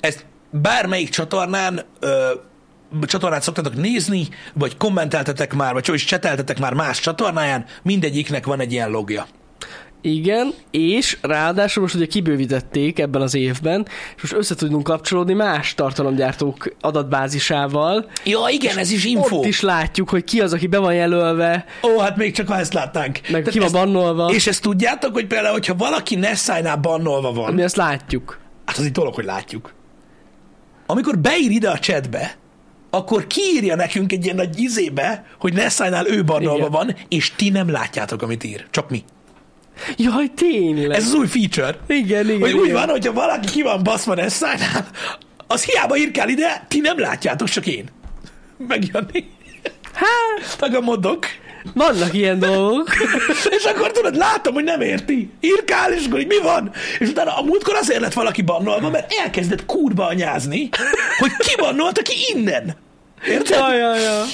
ezt bármelyik csatornán ö, csatornát szoktatok nézni, vagy kommenteltetek már, vagy csak is cseteltetek már más csatornáján, mindegyiknek van egy ilyen logja.
Igen, és ráadásul most ugye kibővítették ebben az évben, és most össze tudunk kapcsolódni más tartalomgyártók adatbázisával.
Ja, igen, ez is info.
Ott is látjuk, hogy ki az, aki be van jelölve,
Ó, hát még csak ha ezt látnánk.
meg
Tehát
ki van
ezt-
bannolva.
És ezt tudjátok, hogy például, hogyha valaki Nessai-nál bannolva van,
Mi ezt látjuk.
hát az egy dolog, hogy látjuk. Amikor beír ide a chatbe, akkor kiírja nekünk egy ilyen nagy izébe, hogy Nessai-nál ő bannolva
Igen.
van, és ti nem látjátok, amit ír. Csak mi.
Jaj, tényleg.
Ez az új feature.
Igen, igen.
Hogy úgy
igen.
van, hogyha valaki ki van baszva Nessánál, az hiába irkál ide, ti nem látjátok, csak én. Megjönni.
Hát,
Tagamodok.
vannak ilyen dolgok.
És akkor tudod, látom, hogy nem érti. Irkál, és akkor így mi van? És utána a múltkor azért lett valaki bannolva, mert elkezdett kurva anyázni, hogy ki bannolt, aki innen. Érted?
Jaj, jaj, jaj.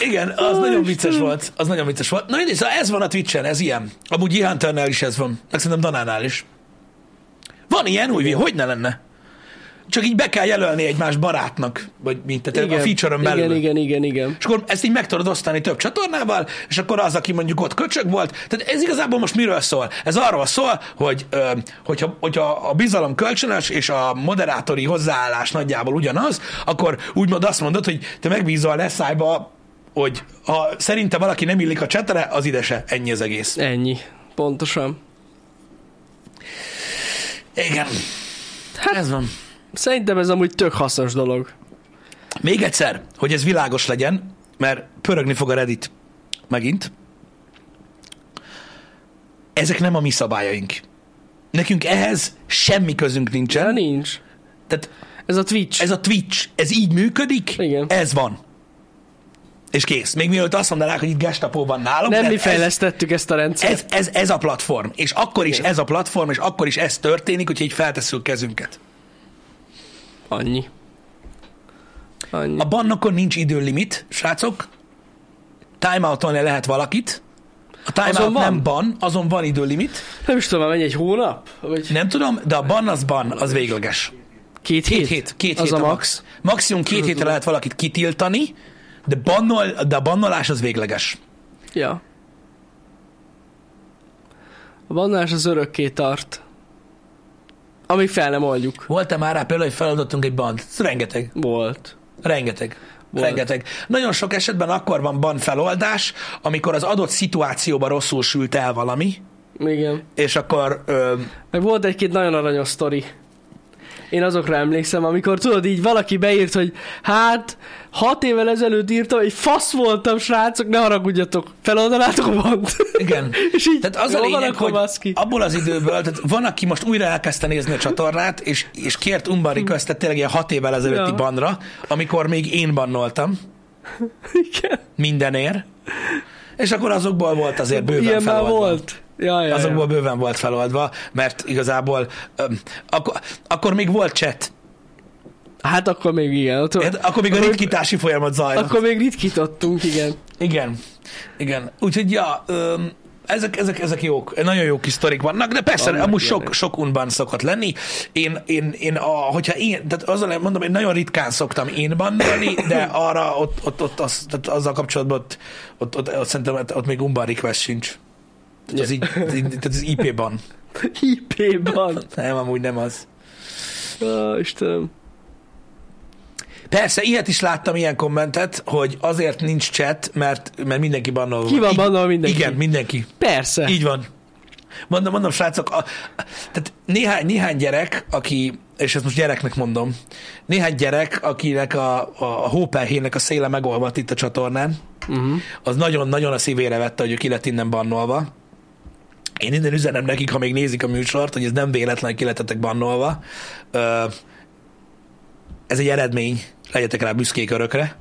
Igen, az nagyon vicces
Istenem.
volt. Az nagyon vicces volt. Na mindegy, szóval ez van a Twitch-en, ez ilyen. Amúgy Ihánternál is ez van. Meg szerintem Danánál is. Van ilyen, úgy, hogy ne lenne. Csak így be kell jelölni egymás barátnak, vagy mint, tehát igen, a feature-ön belül.
igen, igen, igen, igen.
És akkor ezt így meg tudod osztani több csatornával, és akkor az, aki mondjuk ott köcsög volt, tehát ez igazából most miről szól? Ez arról szól, hogy ö, hogyha, hogyha a bizalom kölcsönös, és a moderátori hozzáállás nagyjából ugyanaz, akkor úgymond azt mondod, hogy te megbízol a leszájba, hogy ha szerinte valaki nem illik a csetre, az ide se. Ennyi az egész.
Ennyi. Pontosan.
Igen. Hát, ez van.
Szerintem ez amúgy tök hasznos dolog.
Még egyszer, hogy ez világos legyen, mert pörögni fog a Reddit megint. Ezek nem a mi szabályaink. Nekünk ehhez semmi közünk
De
nincsen.
nincs.
Tehát
Ez a Twitch.
ez a Twitch, ez így működik,
Igen.
ez van. És kész. Még mielőtt azt mondanák, hogy itt gestapó van nálunk.
nem
de
mi
ez-
fejlesztettük ezt a rendszert.
ez, ez, ez a platform, és akkor is ez a platform, és akkor is ez történik, hogyha így feltesszük kezünket.
Annyi. Annyi.
A bannokon nincs időlimit, srácok. Timeouton le lehet valakit. A timeout
Azon van?
nem ban, azon van időlimit.
Nem is tudom, már megy egy hónap? Vagy
Nem tudom, de a ban az ban, az végleges.
két,
Két
hét?
hét, két
az
hét
a max.
Maximum két hétre lehet valakit kitiltani, de, bannol, de a bannolás az végleges.
Ja. A bannás az örökké tart. Amíg fel nem oldjuk.
Volt-e már rá például, hogy feladottunk egy bant? Rengeteg.
Volt.
Rengeteg.
Volt.
Rengeteg. Nagyon sok esetben akkor van ban feloldás, amikor az adott szituációban rosszul sült el valami,
Igen.
és akkor ö,
Meg volt egy-két nagyon aranyos sztori. Én azokra emlékszem, amikor tudod, így valaki beírt, hogy hát, hat évvel ezelőtt írtam, hogy fasz voltam, srácok, ne haragudjatok, feloldalátok volt.
igen.
És így,
Tehát az a
jól van,
lényeg,
akkor
hogy
baszki.
abból az időből, tehát van, aki most újra elkezdte nézni a csatornát, és, és kért Umban request tényleg ilyen hat évvel ezelőtti
Ja.
banra, amikor még én bannoltam
Igen.
mindenért, és akkor azokból volt azért bőven
Ilyen már
feloldva.
volt. Ja, ja, ja.
Azokból bőven volt feloldva, mert igazából öm, akkor, akkor még volt chat,
Hát akkor még igen. Ott,
Érted? Akkor még a ritkítási folyamat zajlott.
akkor még ritkítottunk, igen.
Igen, igen. Úgyhogy, ja, öm, ezek, ezek, ezek jók, nagyon jó kis sztorik vannak, de persze,
Vannak
amúgy
ilyenek.
sok, sok unban szokott lenni. Én, én, én a, hogyha én, tehát azzal mondom, én nagyon ritkán szoktam én bannolni, de arra ott, ott, ott az, tehát azzal kapcsolatban ott, ott, ott, ott szerintem ott, ott még unban request sincs. Tehát az, így, az, így, tehát az IP-ban.
IP-ban.
Nem, amúgy nem az.
Ó, Istenem.
Persze, ilyet is láttam, ilyen kommentet, hogy azért nincs chat, mert, mert mindenki bannolva.
Ki van
Így-
bannolva mindenki?
Igen, mindenki.
Persze.
Így van. Mondom, mondom, srácok, a, tehát néhány, néhány gyerek, aki, és ezt most gyereknek mondom, néhány gyerek, akinek a, a, a hópelhének a széle megolvadt itt a csatornán,
Uh-huh.
az nagyon-nagyon a szívére vette, hogy ők ki lett innen bannolva. Én innen üzenem nekik, ha még nézik a műsort, hogy ez nem véletlen, hogy ki lettetek bannolva. Ö, Ez egy eredmény, legyetek rá büszkék örökre.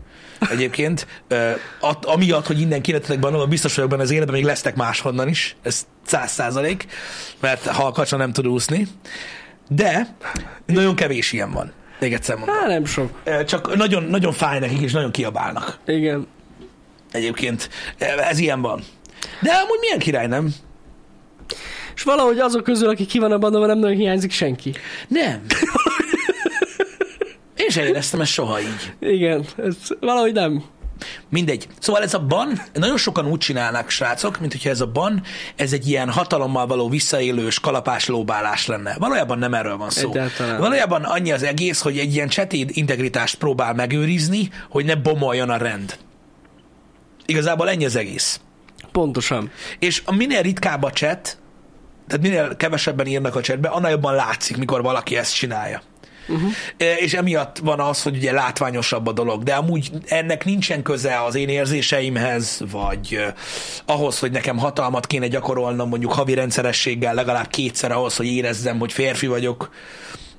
Egyébként, ö, at- amiatt, hogy innen kilettetek bannolva, biztos vagyok benne az életben, még lesznek máshonnan is. Ez száz százalék, mert ha a kacsa nem tud úszni. De nagyon kevés ilyen van. Még egyszer mondom.
Hát nem sok.
Ö, Csak nagyon, nagyon fáj nekik, és nagyon kiabálnak
Igen.
egyébként. Ez ilyen van. De amúgy milyen király, nem?
És valahogy azok közül, aki ki van a bandában, nem nagyon hiányzik senki.
Nem. Én sem éreztem ezt soha így.
Igen, ez valahogy nem.
Mindegy. Szóval ez a ban, nagyon sokan úgy csinálnak, srácok, mint hogyha ez a ban, ez egy ilyen hatalommal való visszaélős kalapás lóbálás lenne. Valójában nem erről van szó.
Egyáltalán.
Valójában annyi az egész, hogy egy ilyen cseti integritást próbál megőrizni, hogy ne bomoljon a rend. Igazából ennyi az egész.
Pontosan.
És a minél ritkább a chat, tehát minél kevesebben írnak a chatbe, annál jobban látszik, mikor valaki ezt csinálja. Uh-huh. És emiatt van az, hogy ugye látványosabb a dolog, de amúgy ennek nincsen köze az én érzéseimhez, vagy eh, ahhoz, hogy nekem hatalmat kéne gyakorolnom mondjuk havi rendszerességgel legalább kétszer ahhoz, hogy érezzem, hogy férfi vagyok,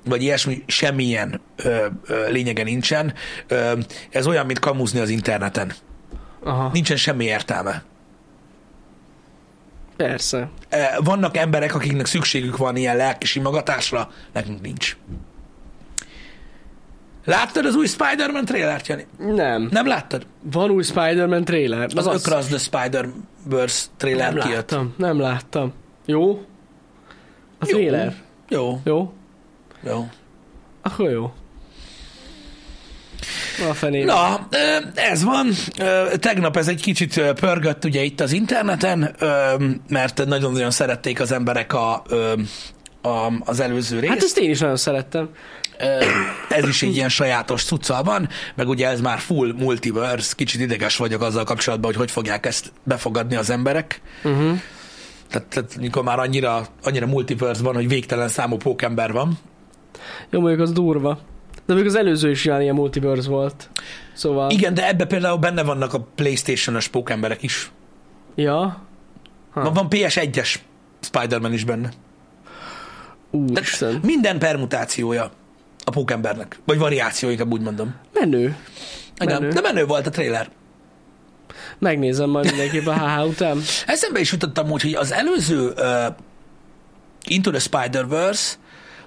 vagy ilyesmi, semmilyen ö, ö, lényege nincsen. Ö, ez olyan, mint kamuzni az interneten.
Aha.
Nincsen semmi értelme.
Persze.
Eh, vannak emberek, akiknek szükségük van ilyen lelki simogatásra, nekünk nincs. Láttad az új Spider-Man trailert, Jani?
Nem.
Nem láttad?
Van új Spider-Man trailer.
Az,
Azaz.
az Across the Spider-Verse trailer
Nem
kijött.
láttam. Nem láttam. Jó? A
Jó.
trailer.
Jó,
Jó?
jó.
Akkor jó. A fenébe.
Na, ö, ez van. Ö, Tegnap ez egy kicsit ö, pörgött ugye itt az interneten, ö, mert nagyon-nagyon szerették az emberek a, ö, a, az előző részt.
Hát ezt én is nagyon szerettem.
Ö, ez is egy ilyen sajátos cuccal van, meg ugye ez már full multiverse, kicsit ideges vagyok azzal kapcsolatban, hogy hogy fogják ezt befogadni az emberek.
Uh-huh.
Tehát, tehát mikor már annyira, annyira multiverse van, hogy végtelen számú pókember van.
Jó, mondjuk az durva. De még az előző is ilyen, ilyen multiverse volt. Szóval...
Igen, de ebbe például benne vannak a Playstation-os pókemberek is.
Ja. Ha.
Van, van PS1-es Spider-Man is benne.
Úristen.
Minden permutációja a pókembernek. Vagy variáció, inkább úgy mondom.
Menő.
Menő.
Menő.
De menő volt a trailer.
Megnézem majd mindenképp a HH után.
Eszembe is jutottam úgy, hogy az előző uh, Into the Spider-Verse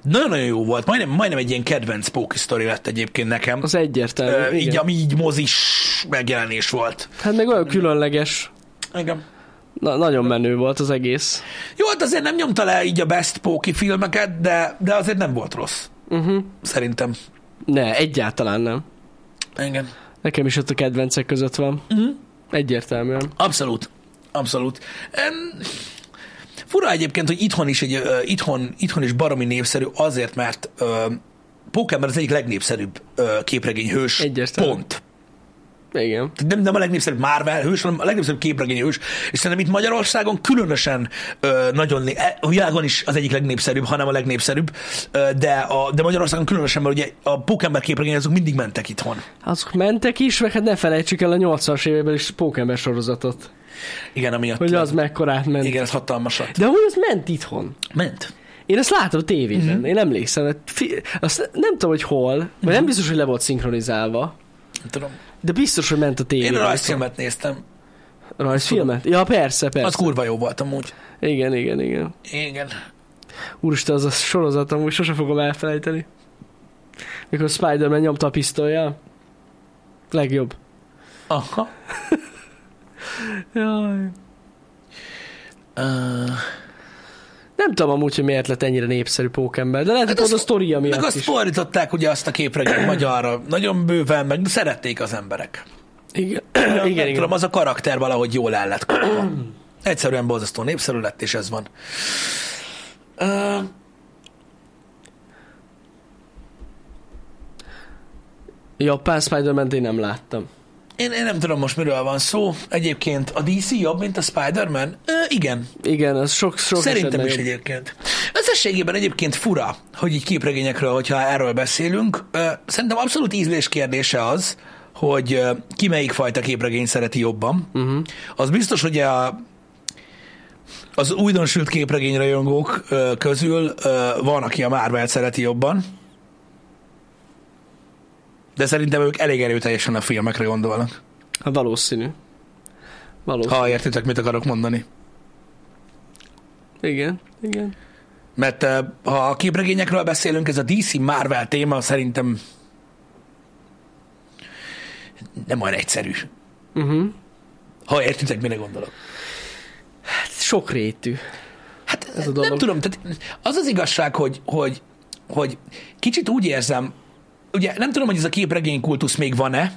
nagyon-nagyon jó volt. Majdnem, majdnem egy ilyen kedvenc póki sztori lett egyébként nekem.
Az egyértelmű.
Ö, így,
igen.
ami így mozis megjelenés volt.
Hát meg olyan különleges.
Igen.
Na, nagyon menő volt az egész.
Jó, hát azért nem nyomta le így a best póki filmeket, de, de azért nem volt rossz.
Uh-huh.
Szerintem.
Ne, egyáltalán nem.
Igen.
Nekem is ott a kedvencek között van.
Mhm.
Egyértelműen.
Abszolút. Abszolút. En... Fura egyébként, hogy itthon is, egy, uh, itthon, itthon is baromi népszerű, azért, mert uh, Pokémon az egyik legnépszerűbb uh, képregényhős.
Egyértelmű.
Pont.
Igen.
Tehát Nem, nem a legnépszerűbb Marvel hős, hanem a legnépszerűbb képregényhős. És szerintem itt Magyarországon különösen ö, nagyon, né- e, a világon is az egyik legnépszerűbb, hanem a legnépszerűbb, ö, de, a, de Magyarországon különösen, mert ugye a Pokémon képregény azok mindig mentek itthon.
Azok mentek is, meg hát ne felejtsük el a 80-as években is pókember sorozatot.
Igen, amiatt.
Hogy az mekkorát ment.
Igen, ez hatalmasat.
De hogy az ment itthon.
Ment.
Én ezt látom tévében, mm-hmm. én emlékszem. Hát fi- azt nem tudom, hogy hol, vagy mm-hmm. nem biztos, hogy le volt szinkronizálva,
Nem tudom.
de biztos, hogy ment a tévében.
Én a rajzfilmet néztem.
Rajzfilmet? Ja, persze, persze.
Az kurva jó volt amúgy.
Igen, igen, igen.
Igen.
Úristen, az a sorozat amúgy sose fogom elfelejteni. Mikor Spider-Man nyomta a pisztolyjal. Legjobb.
Aha.
Jaj.
Uh,
Nem tudom amúgy, hogy miért lett ennyire népszerű pókember, de lehet,
Hát
hogy
az-
az a sztoria
meg
miatt
azt
is.
fordították ugye azt a képregényt magyarra. Nagyon bőven, meg szerették az emberek.
Igen,
nem
igen,
tudom,
igen.
az a karakter valahogy jól el lett kapva. Egyszerűen borzasztó népszerű lett, és ez van. Ö,
Japán Spider-Man-t én nem láttam.
Én, én nem tudom most, miről van szó. Egyébként a DC jobb, mint a Spider-Man? Ö, igen,
Igen, az sok, sok
Szerintem
esetben
is
jobb.
egyébként. Összességében egyébként fura, hogy így képregényekről, hogyha erről beszélünk. Ö, Szerintem abszolút ízlés kérdése az, hogy ö, ki melyik fajta képregény szereti jobban.
Mhm.
Uh-huh. Az biztos, hogy a, az újdonsült képregényrajongók ö, közül ö, van, aki a marvel szereti jobban. De szerintem ők elég erőteljesen a filmekre gondolnak.
Hát valószínű. Valószínű.
Ha értitek, mit akarok mondani.
Igen, igen.
Mert eh, ha a képregényekről beszélünk, ez a DC Marvel téma szerintem nem olyan egyszerű.
Uh-huh.
Ha értitek, mire gondolok.
Hát sok rétű.
Hát
Ez a
nem
dolog.
tudom, tehát az az igazság, hogy, hogy, hogy kicsit úgy érzem, ugye nem tudom, hogy ez a képregény kultusz még van-e,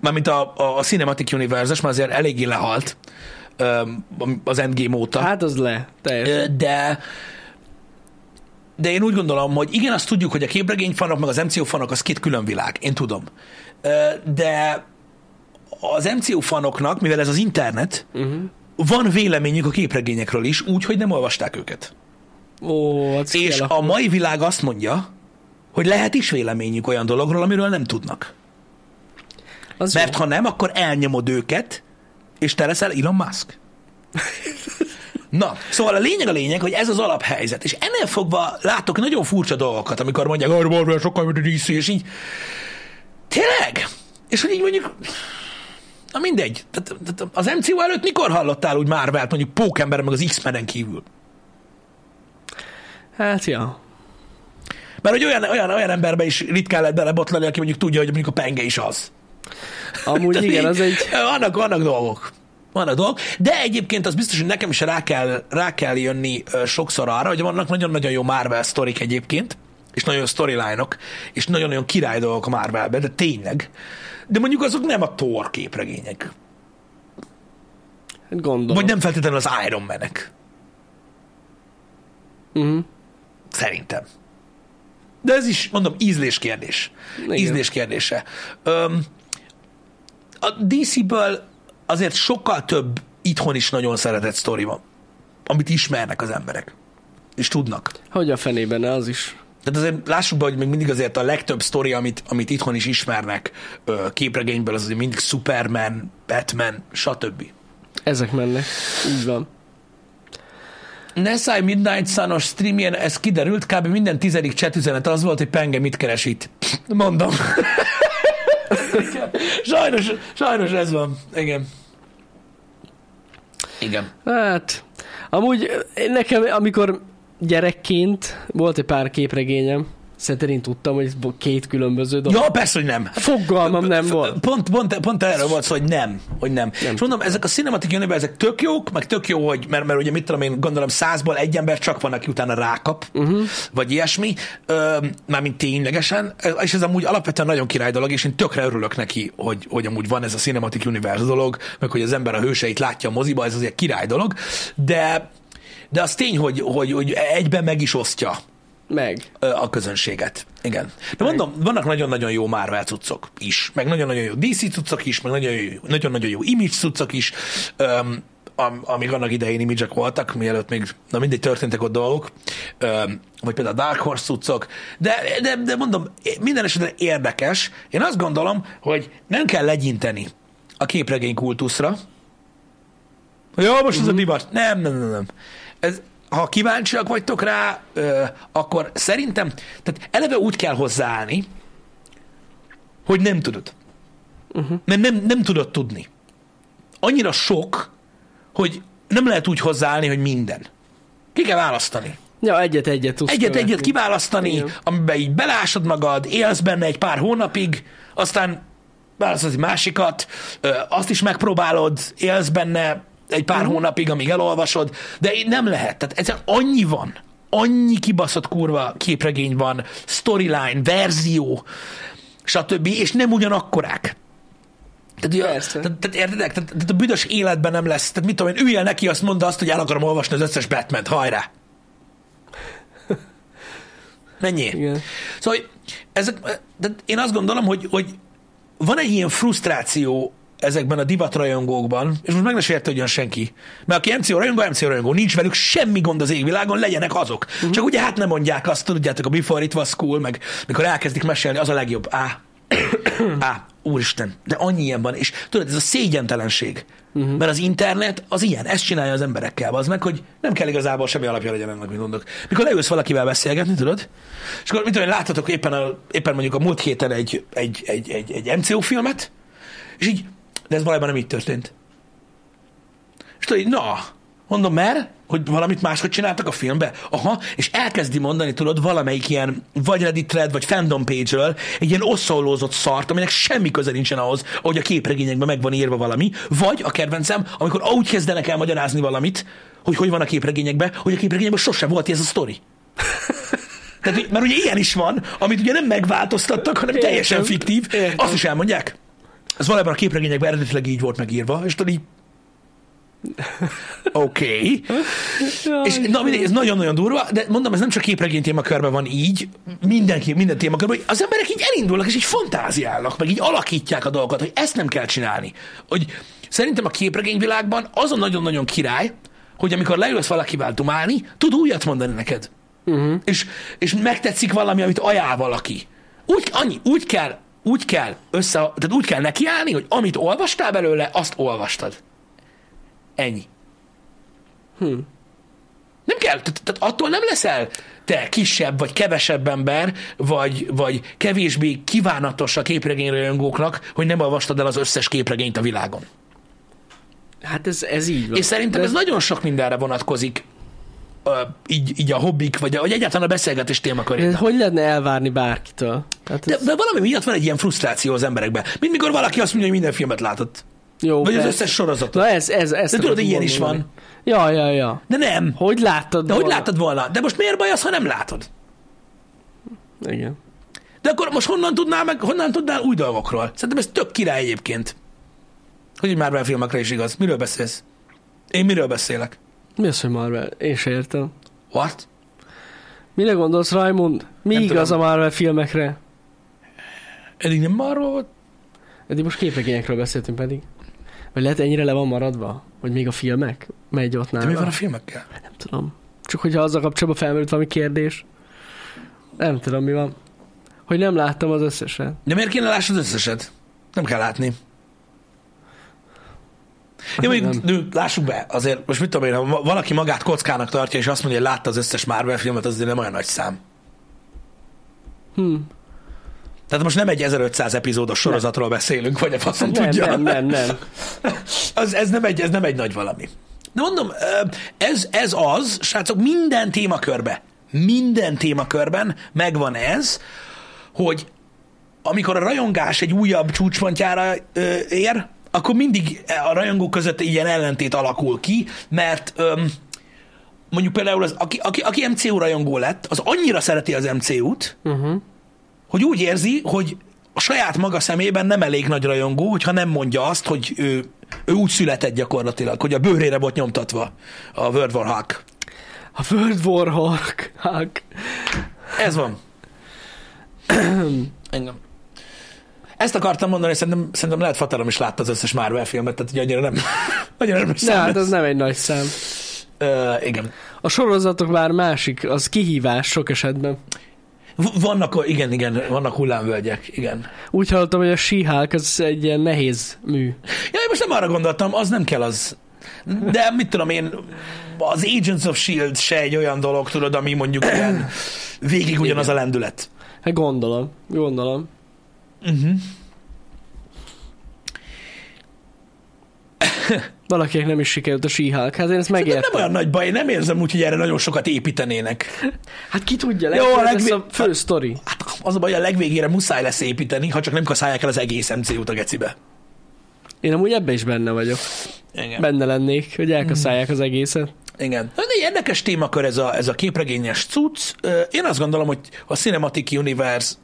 mármint a, a, a Cinematic Universe-es, mert azért eléggé lehalt öm, az Endgame óta.
Hát az le, teljesen.
Ö, de de én úgy gondolom, hogy igen, azt tudjuk, hogy a képregény fanok, meg az MCU fanok, az két külön világ. Én tudom. Ö, De az MCU fanoknak, mivel ez az internet,
Mhm.
uh-huh. van véleményük a képregényekről is, úgyhogy nem olvasták őket.
Ó, az
És
kell
a mai világ azt mondja, hogy lehet is véleményük olyan dologról, amiről nem tudnak.
az
Mert
jó.
ha nem, akkor elnyomod őket, és te leszel Elon Musk. Na, szóval a lényeg a lényeg, hogy ez az alaphelyzet, és ennél fogva látok nagyon furcsa dolgokat, amikor mondják, hogy Marvel sokkal, mint a DC, és így, tényleg? És hogy így mondjuk, na mindegy, Tehát- tehát az MCU előtt mikor hallottál úgy Marvelt, mondjuk Pókember, meg az X-Menen kívül?
Hát ja.
Mert hogy olyan, olyan, olyan emberbe is ritkán lehet belebotlani, aki mondjuk tudja, hogy mondjuk a penge is az.
Amúgy
Tehát
igen,
így,
az egy...
ö, Vannak, vannak dolgok. Vannak dolgok, de egyébként az biztos, hogy nekem is rá kell, rá kell jönni ö, sokszor arra, hogy vannak nagyon-nagyon jó Marvel sztorik egyébként, és nagyon jó storyline és nagyon-nagyon király dolgok a Marvelben, de tényleg. De mondjuk azok nem a Thor képregények,
Hát gondolom.
vagy nem feltétlenül az Iron Manek,
Uh-huh.
szerintem. De ez is, mondom, ízlés kérdés.
Igen.
Ízlés kérdése. Öm, a DC-ből azért sokkal több itthon is nagyon szeretett sztori van. amit ismernek az emberek. És tudnak.
Hogy a fenében az is.
Tehát azért lássuk be, hogy még mindig azért a legtöbb sztori, amit, amit itthon is ismernek ö, képregényből, az azért mindig Superman, Batman, stb.
Ezek mennek. Így van.
Nessai Midnight Sunos streamjén ez kiderült, kb. minden tizedik chat üzenet az volt, hogy Penge mit keres itt. Mondom. sajnos, sajnos ez van. Igen. Igen.
Hát, amúgy én nekem, amikor gyerekként volt egy pár képregényem, szerintem én tudtam, hogy ez bo- két különböző dolog.
Ja, persze, hogy nem.
Fogalmam nem volt.
Pont, pont, pont erről volt szó, hogy nem, hogy nem. nem. És mondom, ezek a Cinematic Universe, ezek tök jók, meg tök jó, hogy, mert, mert ugye mit tudom én, gondolom százból egy ember csak van, aki utána rákap,
Mhm.
uh-huh. vagy ilyesmi, Ö, mármint ténylegesen, és ez amúgy alapvetően nagyon király dolog, és én tökre örülök neki, hogy, hogy amúgy van ez a Cinematic Universe dolog, meg hogy az ember a hőseit látja a moziba, ez azért király dolog, de, de az tény, hogy, hogy, hogy egyben meg is osztja
Meg.
ö, a közönséget. Igen. De mondom, vannak nagyon-nagyon jó Marvel cuccok is, meg nagyon-nagyon jó DC cuccok is, meg nagyon-nagyon jó, nagyon-nagyon jó Image cuccok is, öm, am- amik annak idején image voltak, mielőtt még, na mindegy, történtek ott dolgok, öm, vagy például a Dark Horse cuccok, de, de, de mondom, minden esetben érdekes. Én azt gondolom, hogy nem kell legyinteni a képregény kultuszra, jó, most ez a divat. Nem, nem, nem, nem. Ez, ha kíváncsiak vagytok rá, ö, akkor szerintem, tehát eleve úgy kell hozzáállni, hogy nem tudod. Uh-huh. Mert nem, nem tudod tudni. Annyira sok, hogy nem lehet úgy hozzáállni, hogy minden. Ki kell választani.
Ja, egyet-egyet tudsz követni.
Egyet-egyet kiválasztani,
Igen.
amiben így belásod magad, élsz benne egy pár hónapig, aztán választasz egy másikat, ö, azt is megpróbálod, élsz benne egy pár hónapig, amíg elolvasod, de így nem lehet. Tehát egyszerűen annyi van, annyi kibaszott kurva képregény van, storyline, verzió, stb., és nem ugyanakkorák. Tehát, ugye,
Persze.
tehát, tehát értedek? Tehát, tehát a büdös életben nem lesz. Tehát mit tudom én, üljél neki, azt mondta azt, hogy el akarom olvasni az összes batman hajrá! Mennyi?
Igen.
Szóval hogy ezek, de én azt gondolom, hogy, hogy van egy ilyen frusztráció ezekben a divatrajongókban, és most meg ne sértődjön senki. Mert aki MCO rajongó, MCO rajongó, nincs velük semmi gond az égvilágon, legyenek azok.
Mhm.
Uh-huh. Csak ugye hát nem mondják azt, tudjátok, a Before It Was Cool, meg mikor elkezdik mesélni, az a legjobb. Á, á, úristen, de annyi ilyen van, és tudod, ez a szégyentelenség. Uh-huh. Mert az internet az ilyen, ezt csinálja az emberekkel, az meg, hogy nem kell igazából semmi alapja legyen ennek, mint mondok. Mikor leülsz valakivel beszélgetni, tudod? És akkor mit tudom, én, láttatok éppen, a, éppen mondjuk a múlt héten egy, egy, egy, egy, egy MCO filmet, és így, de ez valójában nem így történt. És tudod, így, na, mondom, mert, hogy valamit máshogy csináltak a filmbe. Aha, és elkezdi mondani, tudod, valamelyik ilyen, vagy Reddit thread, vagy fandom page-ről egy ilyen oszolózott szart, aminek semmi köze nincsen ahhoz, hogy a képregényekben meg van írva valami, vagy a kedvencem, amikor úgy kezdenek el magyarázni valamit, hogy hogy van a képregényekben, hogy a képregényekben sosem volt ez a sztori. Tehát, hogy- mert ugye ilyen is van, amit ugye nem megváltoztattak, hanem
Értem.
teljesen fiktív,
Értem.
azt is elmondják. Ez valójában a képregényekben eredetileg így volt megírva, és tudod így... Oké. Okay.
Jaj,
És na, mindegy, ez nagyon-nagyon durva, de mondom, ez nem csak képregény témakörben van így, mindenki, minden témakörben, hogy az emberek így elindulnak, és így fantáziálnak, meg így alakítják a dolgokat, hogy ezt nem kell csinálni. Hogy szerintem a képregényvilágban az a nagyon-nagyon király, hogy amikor leülsz valakivel dumálni, tud újat mondani neked. Uh-huh. És, és megtetszik valami, amit ajánl valaki. Úgy, annyi, úgy kell, úgy kell össze, tehát úgy kell nekiállni, hogy amit olvastál belőle, azt olvastad. Ennyi. Nem kell, tehát tehát attól nem leszel te kisebb vagy kevesebb ember, vagy, vagy kevésbé kívánatos a képregényrajongóknak, hogy nem olvastad el az összes képregényt a világon.
Hát ez, ez így van.
És szerintem
De-
ez nagyon sok mindenre vonatkozik, ö, így, így a hobbik, vagy, a- vagy egyáltalán a beszélgetés témakörében.
Ez hogy lehetne elvárni bárkitől? Hát
De,
ez,
de valami miatt van egy ilyen frusztráció az emberekben. Mint mikor valaki azt mondja, hogy minden filmet látott.
jó,
Vagy az
persze.
összes sorozatot.
Na ez, ez, ez.
De tudod, ilyen is van.
Ja, ja, ja.
De nem.
Hogy láttad?
De hogy
volna?
láttad volna? De most miért baj az, ha nem látod?
Igen.
De akkor most honnan tudnál meg, honnan tudnál új dolgokról? Szerintem ez tök király egyébként. Hogy így Marvel filmekre is igaz. Miről beszélsz? Én miről beszélek?
Mi az, hogy Marvel? Én se értem.
What?
Mire gondolsz, Raimund? Mi
Nem
nem igaz
tudom.
tudom. a Marvel filmekre?
Eddig nem arról volt?
Eddig most képregényekről beszéltünk pedig. Vagy Vagy lehet ennyire le van maradva? Vagy még a filmek? Megy ott
De
nála?
mi van a filmekkel?
Nem tudom. Csak hogyha azzal kapcsolatban felmerült valami kérdés. Nem tudom, mi van. Hogy nem láttam az összeset.
De miért kéne lássad összeset? Nem kell látni. Jó, mondjuk, nő, lássuk be, azért most mit tudom én, ha va- valaki magát kockának tartja, és azt mondja, hogy látta az összes Marvel filmet, az azért nem olyan nagy szám.
Hm.
Tehát most nem egy 1500 epizódos sorozatról beszélünk, vagy a faszom
Nem,
tudja.
nem, nem, nem.
Az, ez, nem egy, ez nem egy nagy valami. De mondom, ö, ez, ez az, srácok, minden témakörbe, minden témakörben megvan ez, hogy amikor a rajongás egy újabb csúcspontjára ö, ér, akkor mindig a rajongók között ilyen ellentét alakul ki, mert öm, mondjuk például az, aki, aki, aki MCU rajongó lett, az annyira szereti az MCU-t,
Uh-huh.
hogy úgy érzi, hogy a saját maga szemében nem elég nagy rajongó, hogyha nem mondja azt, hogy ő, ő úgy született gyakorlatilag, hogy a bőrére volt nyomtatva a World War Hulk.
A World War Hulk. Hulk.
Ez van. Engem. Ezt akartam mondani, hogy szerintem, szerintem lehet Fataram is látta az összes Marvel filmet, tehát ugye annyira nem, annyira nem
De hát
számít.
az nem egy nagy szám.
Ö, igen.
A sorozatok már másik, az kihívás sok esetben.
V- Vannak, igen, igen, vannak hullámvölgyek, igen.
Úgy hallottam, hogy a She-Hulk az egy ilyen nehéz mű.
Ja, én most nem arra gondoltam, az nem kell az. De mit tudom én, az Agents of S.H.I.E.L.D. E se egy olyan dolog, tudod, ami mondjuk ilyen végig ugyanaz a lendület.
Hát gondolom, gondolom.
Uh-huh.
Valakinek nem is sikerült a She-Hulk. Hát én ezt
Nem, nem
megértem.
olyan nagy baj, én nem érzem úgy, hogy erre nagyon sokat építenének.
Hát ki tudja,
Jó,
lehet,
a
hogy
legvi-
ez a fő sztori.
Hát az a baj, a legvégére muszáj lesz építeni, ha csak nem kaszálják el az egész MCU-t a gecibe.
Én amúgy ebbe is benne vagyok.
Igen.
Benne lennék, hogy elkaszálják az egészet.
Igen. De egy érdekes témakör ez a, ez a képregényes cucc. Ö, Én azt gondolom, hogy a Cinematic Universe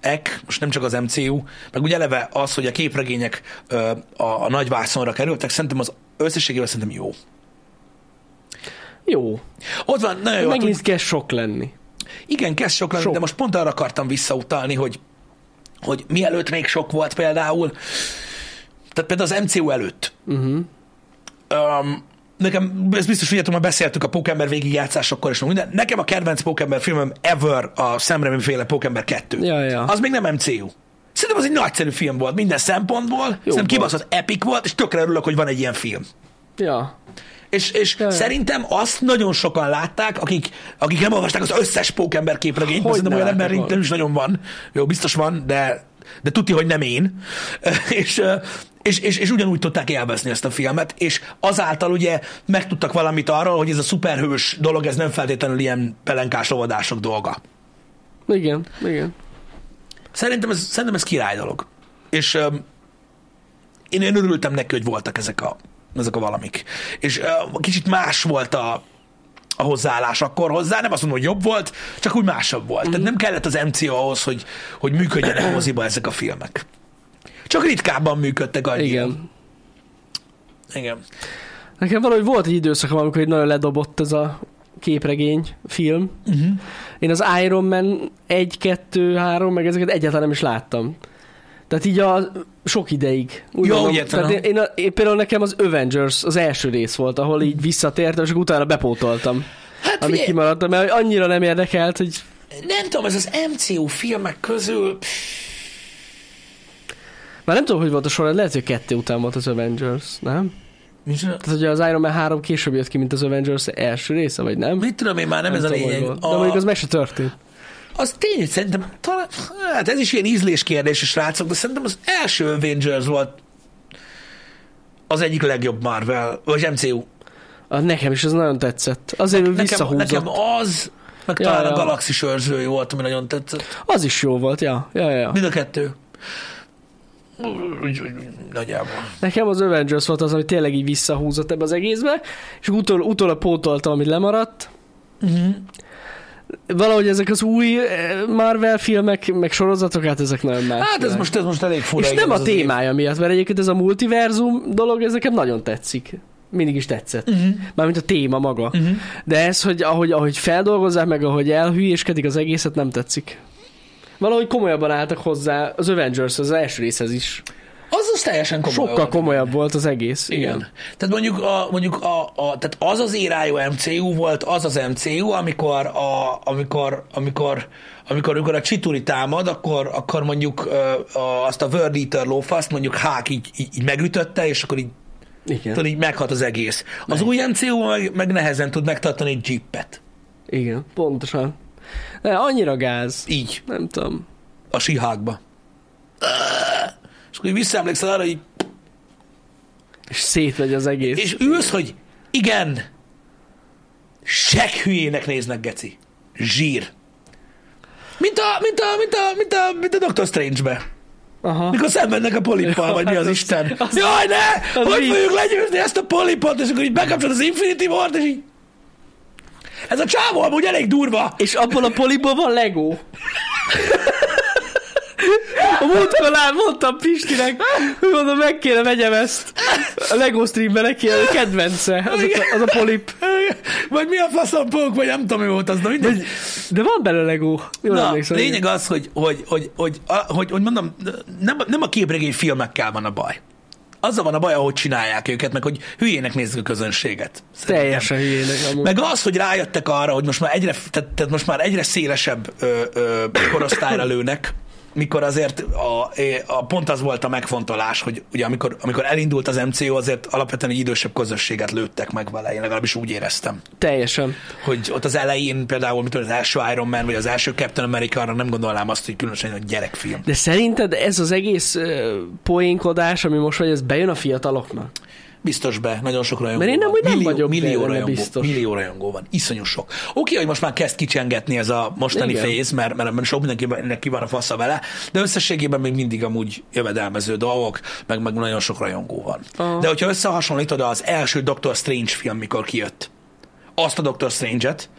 ek, most nem csak az MCU, meg ugye eleve az, hogy a képregények ö, a, a nagy vászonra kerültek, szerintem az összességében szerintem jó.
Jó.
Ott van, nagyon jó, hát
Megint
Megint...
kell sok lenni.
igen, kezd sok lenni,
Sok.
de most pont arra akartam visszautalni, hogy, hogy mielőtt még sok volt például, tehát például az MCU előtt,
Uh-huh.
Um, nekem, ez biztos, hogy már beszéltük a Pókember végigjátszásokkor és minden. Nekem a kedvenc Pókember filmem ever a Sam Raimi féle Pókember 2.
Ja, ja.
Az még nem MCU. Szerintem az egy nagyszerű film volt minden szempontból. Szerintem
volt.
kibaszott epic volt, és tökre örülök, hogy van egy ilyen film.
Ja.
És, és
Ja, ja.
szerintem azt nagyon sokan látták, akik, akik nem olvasták az összes Pókember képregényt, mert
Hogy
szerintem
ne
olyan ember
látták
nincs- nem is nagyon van. Jó, biztos van, de, de tuti, hogy nem én. és, ö, és, és, és ugyanúgy tudták élvezni ezt a filmet, és azáltal ugye megtudtak valamit arról, hogy ez a szuperhős dolog, ez nem feltétlenül ilyen pelenkás lovadások dolga.
Igen, igen.
Szerintem ez, szerintem ez király dolog. És öm, én, én örültem neki, hogy voltak ezek a, ezek a valamik. És öm, kicsit más volt a, a hozzáállás akkor hozzá, nem azt mondom, hogy jobb volt, csak úgy másabb volt.
Mhm.
Tehát nem kellett az MCO ahhoz, hogy, hogy működjenek moziba ezek a filmek. Csak ritkábban működtek annyira.
Igen.
Igen.
Nekem valahogy volt egy időszakom, amikor így nagyon ledobott ez a képregény film.
Uh-huh.
Én az Iron Man 1, 2, 3, meg ezeket egyáltalán nem is láttam. Tehát így a sok ideig. Úgy
Jó,
mondom,
úgy értem,
tehát én,
aha.
én, a, én, például nekem az Avengers az első rész volt, ahol így visszatértem, és akkor utána bepótoltam.
Hát
Ami
figyelj,
kimaradtam, mert annyira nem érdekelt, hogy
nem tudom, ez az MCU filmek közül... Pff,
már nem tudom, hogy volt a sorrend, lehet, hogy kettő után volt az Avengers, nem?
nincs-
Tehát, hogy az Iron Man 3 később jött ki, mint az Avengers első része, vagy nem?
Mit tudom én, már nem, ez a
tudom, hogy
lényeg.
volt. De mondjuk az meg se történt.
Az tény, hogy szerintem, talán, hát ez is ilyen ízlés kérdés, srácok, de szerintem az első Avengers volt az egyik legjobb Marvel, vagy MCU.
Ah, Nekem is ez nagyon tetszett. Azért ne,
Nekem,
visszahúzott.
nekem az, meg
Ja,
talán
ja. Hát.
a Galaxis őrzői volt, ami nagyon tetszett.
Az is jó volt, ja. ja, ja, ja.
Mind a kettő. Úgy, úgy, nagyjából.
Nekem az Avengers volt az, ami tényleg így visszahúzott ebbe az egészbe, és utol, utólag pótoltam, amit lemaradt. Mhm.
Uh-huh.
Valahogy ezek az új eh, Marvel filmek, meg sorozatok, hát ezek nagyon más.
Hát ez
világ.
most, ez most elég fura.
És
igen,
nem
ez
a
az év.
témája miatt, mert egyébként ez a multiverzum dolog, ez nekem nagyon tetszik. Mindig is tetszett. Uh-huh. Mármint a téma maga. Uh-huh.
Mhm.
De ez, hogy ahogy, ahogy feldolgozzák, meg ahogy elhülyéskedik az egészet, nem tetszik. Valahogy komolyabban álltak hozzá az Avengers az első részhez is.
Az az teljesen komoly.
Sokkal komolyabb volt az egész.
Igen. Tehát mondjuk, a, mondjuk a, a, tehát az az érájú MCU volt az az MCU, amikor, a, amikor, amikor, amikor, amikor a Csituri támad, akkor, akkor mondjuk ö, a, azt a World Eater lófaszt mondjuk Hák így, így, így megütötte, és akkor így,
Igen.
tudod, így meghalt az egész. Az új MCU meg, meg nehezen tud megtartani egy jeepet.
Igen, pontosan. De annyira gáz.
Így,
Nem tudom.
a sihákba. És akkor így visszaemlékszel arra, hogy
És szétmegy az egész.
És ülsz, hogy igen, seghülyének néznek, geci. Zsír. Mint a, mint a, mint a, mint a, mint a Doctor Strange-be.
Aha.
Mikor szembennek a polippal, vagy mi az
az-
Isten.
az-
Jaj, ne!
az
Hogy
így.
fogjuk legyőzni ezt a polipot, és akkor így bekapcsolod az Infinity War-t, és így... Ez a csávó amúgy elég durva.
És abból a poliból van Lego. A múltkor lát, mondtam Pistinek, hogy mondom, meg kéne vegyem ezt. A Lego streamben neki a kedvence, az a, az a polip.
Vagy mi a faszom pók, vagy nem tudom, mi volt az, na mindegy.
De van bele Lego. Jól
Na,
emlékszem, igen.
lényeg az, hogy, hogy, hogy, hogy, a- hogy, hogy mondom, nem, nem a képregény filmekkel van a baj. Azzal van a baj, ahogy csinálják őket, meg hogy hülyének nézik a közönséget. Szerintem.
Teljesen hülyének amúgy.
Meg az, hogy rájöttek arra, hogy most már egyre, tehát, tehát most már egyre szélesebb ö, ö, korosztályra lőnek, mikor azért a, a, pont az volt a megfontolás, hogy ugye amikor, amikor elindult az MCO, azért alapvetően egy idősebb közösséget lőttek meg vele, én legalábbis úgy éreztem
Teljesen.
hogy ott az elején például, mint az első Iron Man, vagy az első Captain America, arra nem gondolnám azt, hogy különösen egy gyerekfilm.
De szerinted ez az egész ö, poénkodás, ami most vagy, ez bejön a fiataloknak?
Biztos be, nagyon sok rajongó
Mert én
van.
amúgy nem
millió,
vagyok
millió
benne
rajongó,
biztos.
Millió rajongó van, iszonyú sok. Oké, hogy most már kezd kicsengetni ez a mostani
Igen.
fész, mert, mert, mert sok mindenkinek ki van a fasza vele, de összességében még mindig amúgy jövedelmező dolgok, meg, meg nagyon sok rajongó van.
Aha.
De hogyha összehasonlítod az első Doctor Strange film, mikor kijött, azt a Doctor Strange-et,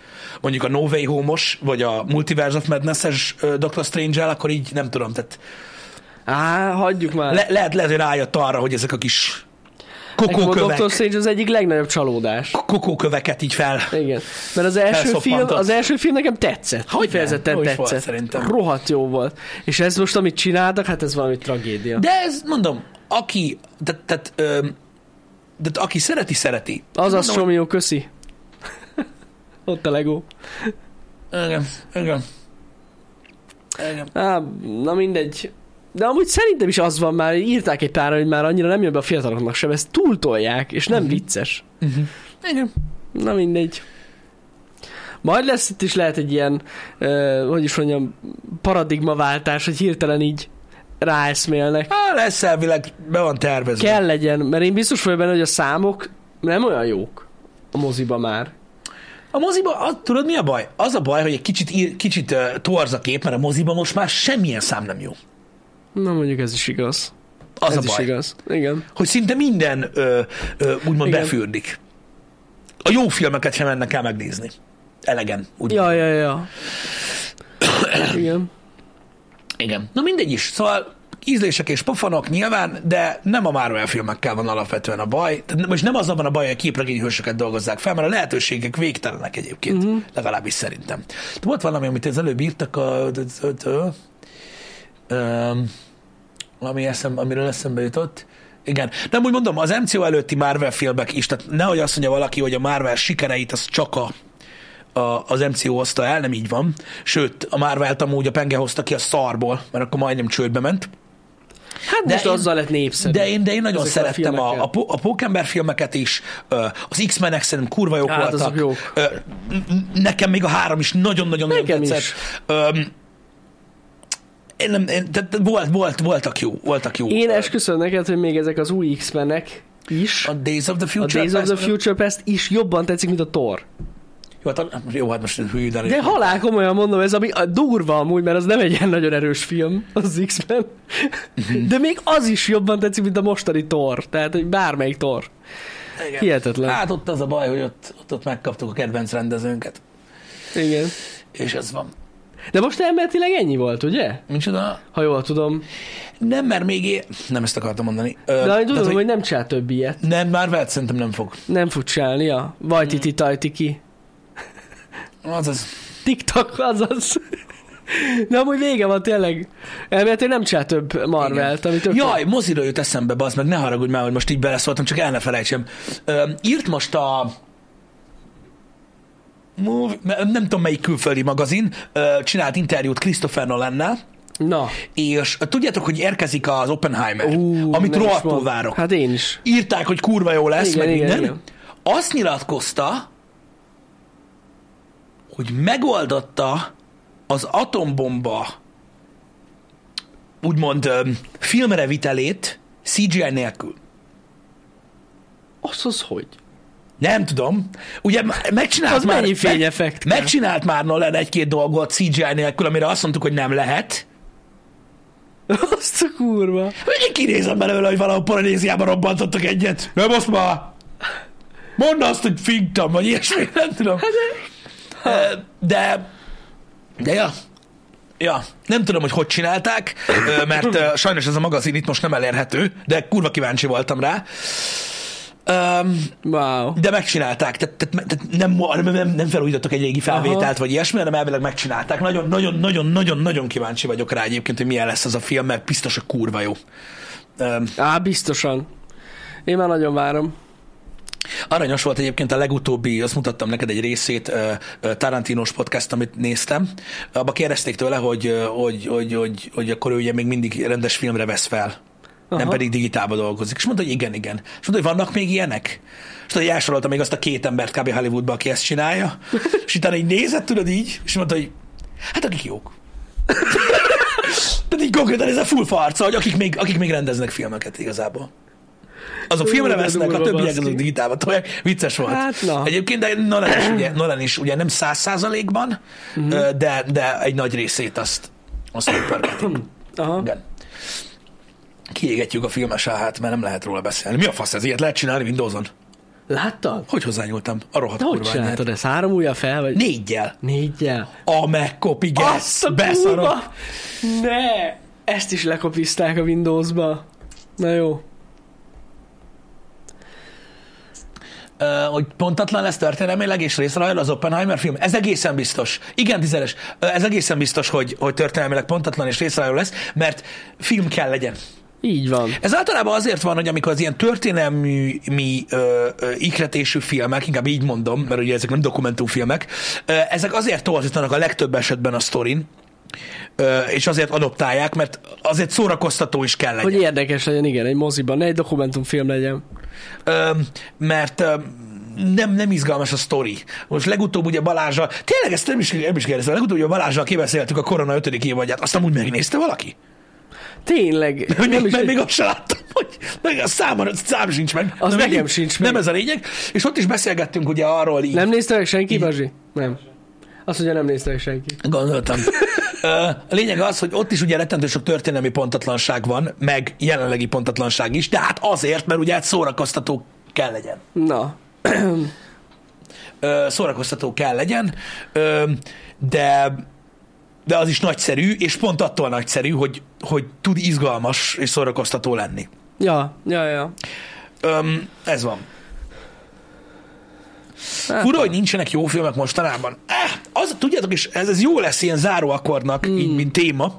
mondjuk a No Way Home-os, vagy a Multiverse of Madness-es ö, Doctor Strange-el, akkor így nem tudom, tehát
Á, hagyjuk már.
le, lehet, lehet, hogy rájött arra, hogy ezek a kis
Nekem a
kokókövek,
Doctor Strange az egyik legnagyobb csalódás.
kokóköveket így fel.
Igen. Mert az első, film,
Felszoppantott.
az első film nekem tetszett.
Hogyne,
Kifejezetten
jó is volt
tetszett.
szerintem.
Rohadt jó volt. És ez most, amit csináltak, hát ez valami tragédia. De...
De ez, mondom, aki, tehát, tehát, öm, tehát aki szereti, szereti.
Azaz,
Mondom,
Somió, köszi. Ott a Lego.
hogy- Igen, igen. Igen.
Á, na mindegy. De amúgy szerintem is az van már, írták egy pár, hogy már annyira nem jön be a fiataloknak sem, ezt túltolják, és
Mhm.
nem vicces.
Igen.
Na mindegy. Majd lesz itt is lehet egy ilyen, uh, hogy is mondjam, paradigmaváltás, hogy hirtelen így ráeszmélnek.
Á, lesz Hát, elvileg, be van tervezve.
Kell legyen, mert én biztos vagyok benne, hogy a számok nem olyan jók a moziba már.
A moziba, az, tudod mi a baj? Az a baj, hogy egy kicsit, ír- kicsit uh, torz a kép, mert a moziba most már semmilyen szám nem jó.
Na mondjuk ez is igaz.
Az
ez
a
is
baj.
igaz. Igen.
Hogy szinte minden ö, ö, úgymond
Igen.
befürdik. A jó filmeket sem mennek el megnézni. Elegen. Úgy
Ja, ja, ja. Igen.
Igen. Na mindegy is. Szóval ízlések és pofonok nyilván, de nem a Marvel filmekkel van alapvetően a baj. Tehát ne- most nem azzal van a baj, hogy a képregényhősöket dolgozzák fel, mert a lehetőségek végtelenek egyébként, uh-huh. legalábbis szerintem. De volt valami, amit az előbb írtak a... Öm, ami eszem, amiről eszembe jutott. Igen. Nem úgy mondom, az MCO előtti Marvel filmek is, tehát nehogy azt mondja valaki, hogy a Marvel sikereit az csak a, a, az MCO hozta el, nem így van. Sőt, a Marvel-t amúgy a penge hozta ki a szarból, mert akkor majdnem csődbe ment.
Hát de most
én-
én, azzal lett népszerű.
De én, de én nagyon
Ezekkel a
szerettem a, a,
filmekkel.
a, po- a Pókember filmeket is, ö, az X-menek szerintem kurva jók
Hát,
voltak.
azok jók.
Ö, n- n- Nekem még a három is nagyon-nagyon nagyon
Nekem
tetszett.
is.
Öm, Én nem, én, tehát volt, volt, voltak jó, voltak jó.
Én
Ö,
esküszöm neked, hogy még ezek az új X-menek is,
A Days of the
a
Future.
Days of the
Past-
Future Past is jobban tetszik, mint a Thor.
Jó, hát, a- jó, hát most hülye, de...
De halál komolyan mondom, ez ami a durva amúgy, mert az nem egy ilyen nagyon erős film, az X-Men. De még az is jobban tetszik, mint a mostani Thor. Tehát, hogy bármelyik Thor.
Igen.
Hihetetlen.
Hát ott az a baj, hogy ott, ott, ott megkaptuk a kedvenc rendezőnket,
Igen.
és ez van.
De most elméletileg ennyi volt, ugye?
Micsoda?
Ha jól tudom.
Nem, mert még én... Nem ezt akartam mondani. Ö,
De én
tehát,
tudom, hogy... hogy nem csinál több ilyet.
Nem, már vett szerintem nem fog.
Nem fog csinálni, ja. Vajtiti tajtiki.
Az az...
TikTok, azaz. De amúgy vége van tényleg. Elméletileg nem csinál több Marvelt, ami tök
Jaj, mozira jut eszembe, bazd meg, ne haragudj már, hogy most így beleszóltam, csak el ne felejtsem. Ö, írt most a Movie- nem tudom melyik külföldi magazin, ö, csinált interjút Christopher Nolannel,
Na.
és tudjátok, hogy érkezik az Oppenheimer,
Ú,
amit
nem is
rohadtul
mond-
várok.
Hát én is.
Írták, hogy kurva jó lesz,
Igen,
meg
igen,
minden.
igen.
Azt nyilatkozta, hogy megoldotta az atombomba úgymond öm, filmre vitelét CGI nélkül.
Az az hogy?
Nem tudom. Ugye megcsinált
Az
már...
mennyi
meg-
fényeffekt? kell?
Megcsinált már Nolan egy-két dolgot CGI nélkül, amire azt mondtuk, hogy nem lehet.
Azt a kurva.
Én kinézem belőle, hogy valahol Polinéziában robbantottak egyet. Nem azt már! Mondd azt, hogy figtam, vagy ilyesmi, nem tudom. Ö, De, de ja, ja, nem tudom, hogy hogy csinálták, ö, mert ö, sajnos ez a magazin itt most nem elérhető, de kurva kíváncsi voltam rá. Öm,
Wow.
De megcsinálták, tehát, tehát, tehát nem, nem, nem, nem felújítottak egy régi felvételt,
Aha.
vagy ilyesmi, hanem elvileg megcsinálták. Nagyon, nagyon, nagyon, nagyon, nagyon kíváncsi vagyok rá egyébként, hogy milyen lesz az a film, mert biztos, hogy kurva jó. Öm,
Á, biztosan. Én már nagyon várom.
Aranyos volt egyébként a legutóbbi, azt mutattam neked egy részét, ö, ö, Tarantinos podcast, amit néztem. Abba kérdezték tőle, hogy, ö, hogy, hogy, hogy, hogy akkor ő ugye még mindig rendes filmre vesz fel. Aha. Nem
Aha.
pedig digitálba dolgozik. És mondta, hogy igen, igen. És mondta, hogy vannak még ilyenek? És tudod, hogy elsorolta még azt a két embert kb. Hollywoodba, aki ezt csinálja. És utána így nézett, tudod így, és mondta, hogy hát akik jók. Tehát így konkrétan ez a full farca, hogy akik még, akik még rendeznek filmeket igazából. Azok
Ú,
filmre
de
vesznek, a
durva,
többiek
baszki.
azok digitálba tolják. Vicces volt.
Hát, na.
Egyébként de Nolan is, ugye, Nolan is ugye nem száz százalékban,
Mhm.
ö, de, de egy nagy részét azt, azt
Mhm.
megpörgetik.
Aha.
Igen. Kiégetjük a filmes áhát, mert nem lehet róla beszélni. Mi a fasz ez? Ilyet lehet csinálni Windowson?
Láttad?
Hogy hozzányúltam? A rohadt
De hogy
kurva anyját.
csináltad ezt? Három ujja fel, vagy?
Négyel.
Négyel.
A megkopigesz.
Azt a
Beszarok.
kurva! Ne! Ezt is lekopizták a Windowsba. Na jó.
Ö, hogy pontatlan lesz történelmileg és részrehajl az Oppenheimer film. Ez egészen biztos. Igen, tizedes. Ö, Ez egészen biztos, hogy, hogy történelmileg pontatlan és részrehajl lesz, mert film kell legyen.
Így van.
Ez általában azért van, hogy amikor az ilyen történelmi mi, ö, ö, ikletésű filmek, inkább így mondom, mert ugye ezek nem dokumentumfilmek, ö, ezek azért torzítanak a legtöbb esetben a sztorin, ö, és azért adoptálják, mert azért szórakoztató is kell legyen.
Hogy érdekes legyen, igen, egy moziban, ne egy dokumentumfilm legyen.
Öm, mert öm, nem, nem izgalmas a sztori. Most legutóbb ugye Balázsa, tényleg ezt nem is, nem is kérdeztem, legutóbb ugye Balázsa kibeszéltük a Korona 5. évadját, azt amúgy megnézte valaki?
Tényleg.
Hogy nem
nem
még,
is,
is, még azt sem láttam, hogy meg a szám, szám sincs meg.
Az
Na,
nekem
mindig-
sincs meg.
Nem ez a lényeg. És ott is beszélgettünk ugye arról így.
nem nézte meg senki,
Így.
Bazsi? Nem. Azt mondja, nem nézte meg senki.
Gondoltam. Ö, A lényeg az, hogy ott is ugye rettentő sok történelmi pontatlanság van, meg jelenlegi pontatlanság is, de hát azért, mert ugye hát szórakoztató kell legyen.
Na.
Ö, szórakoztató kell legyen, ö, de de az is nagyszerű, és pont attól nagyszerű, hogy, hogy tud izgalmas és szórakoztató lenni.
Ja, ja, ja.
Öm, ez van.
Hát
Fura, hogy nincsenek jó filmek mostanában. Eh, az, tudjátok, és ez, ez jó lesz ilyen záróakkornak, mm. így, mint téma.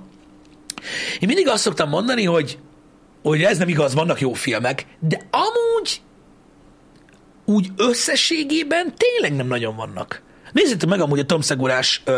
Én mindig azt szoktam mondani, hogy, hogy ez nem igaz, vannak jó filmek, de amúgy úgy összességében tényleg nem nagyon vannak. Nézzétek meg amúgy a Tom Szegurás uh,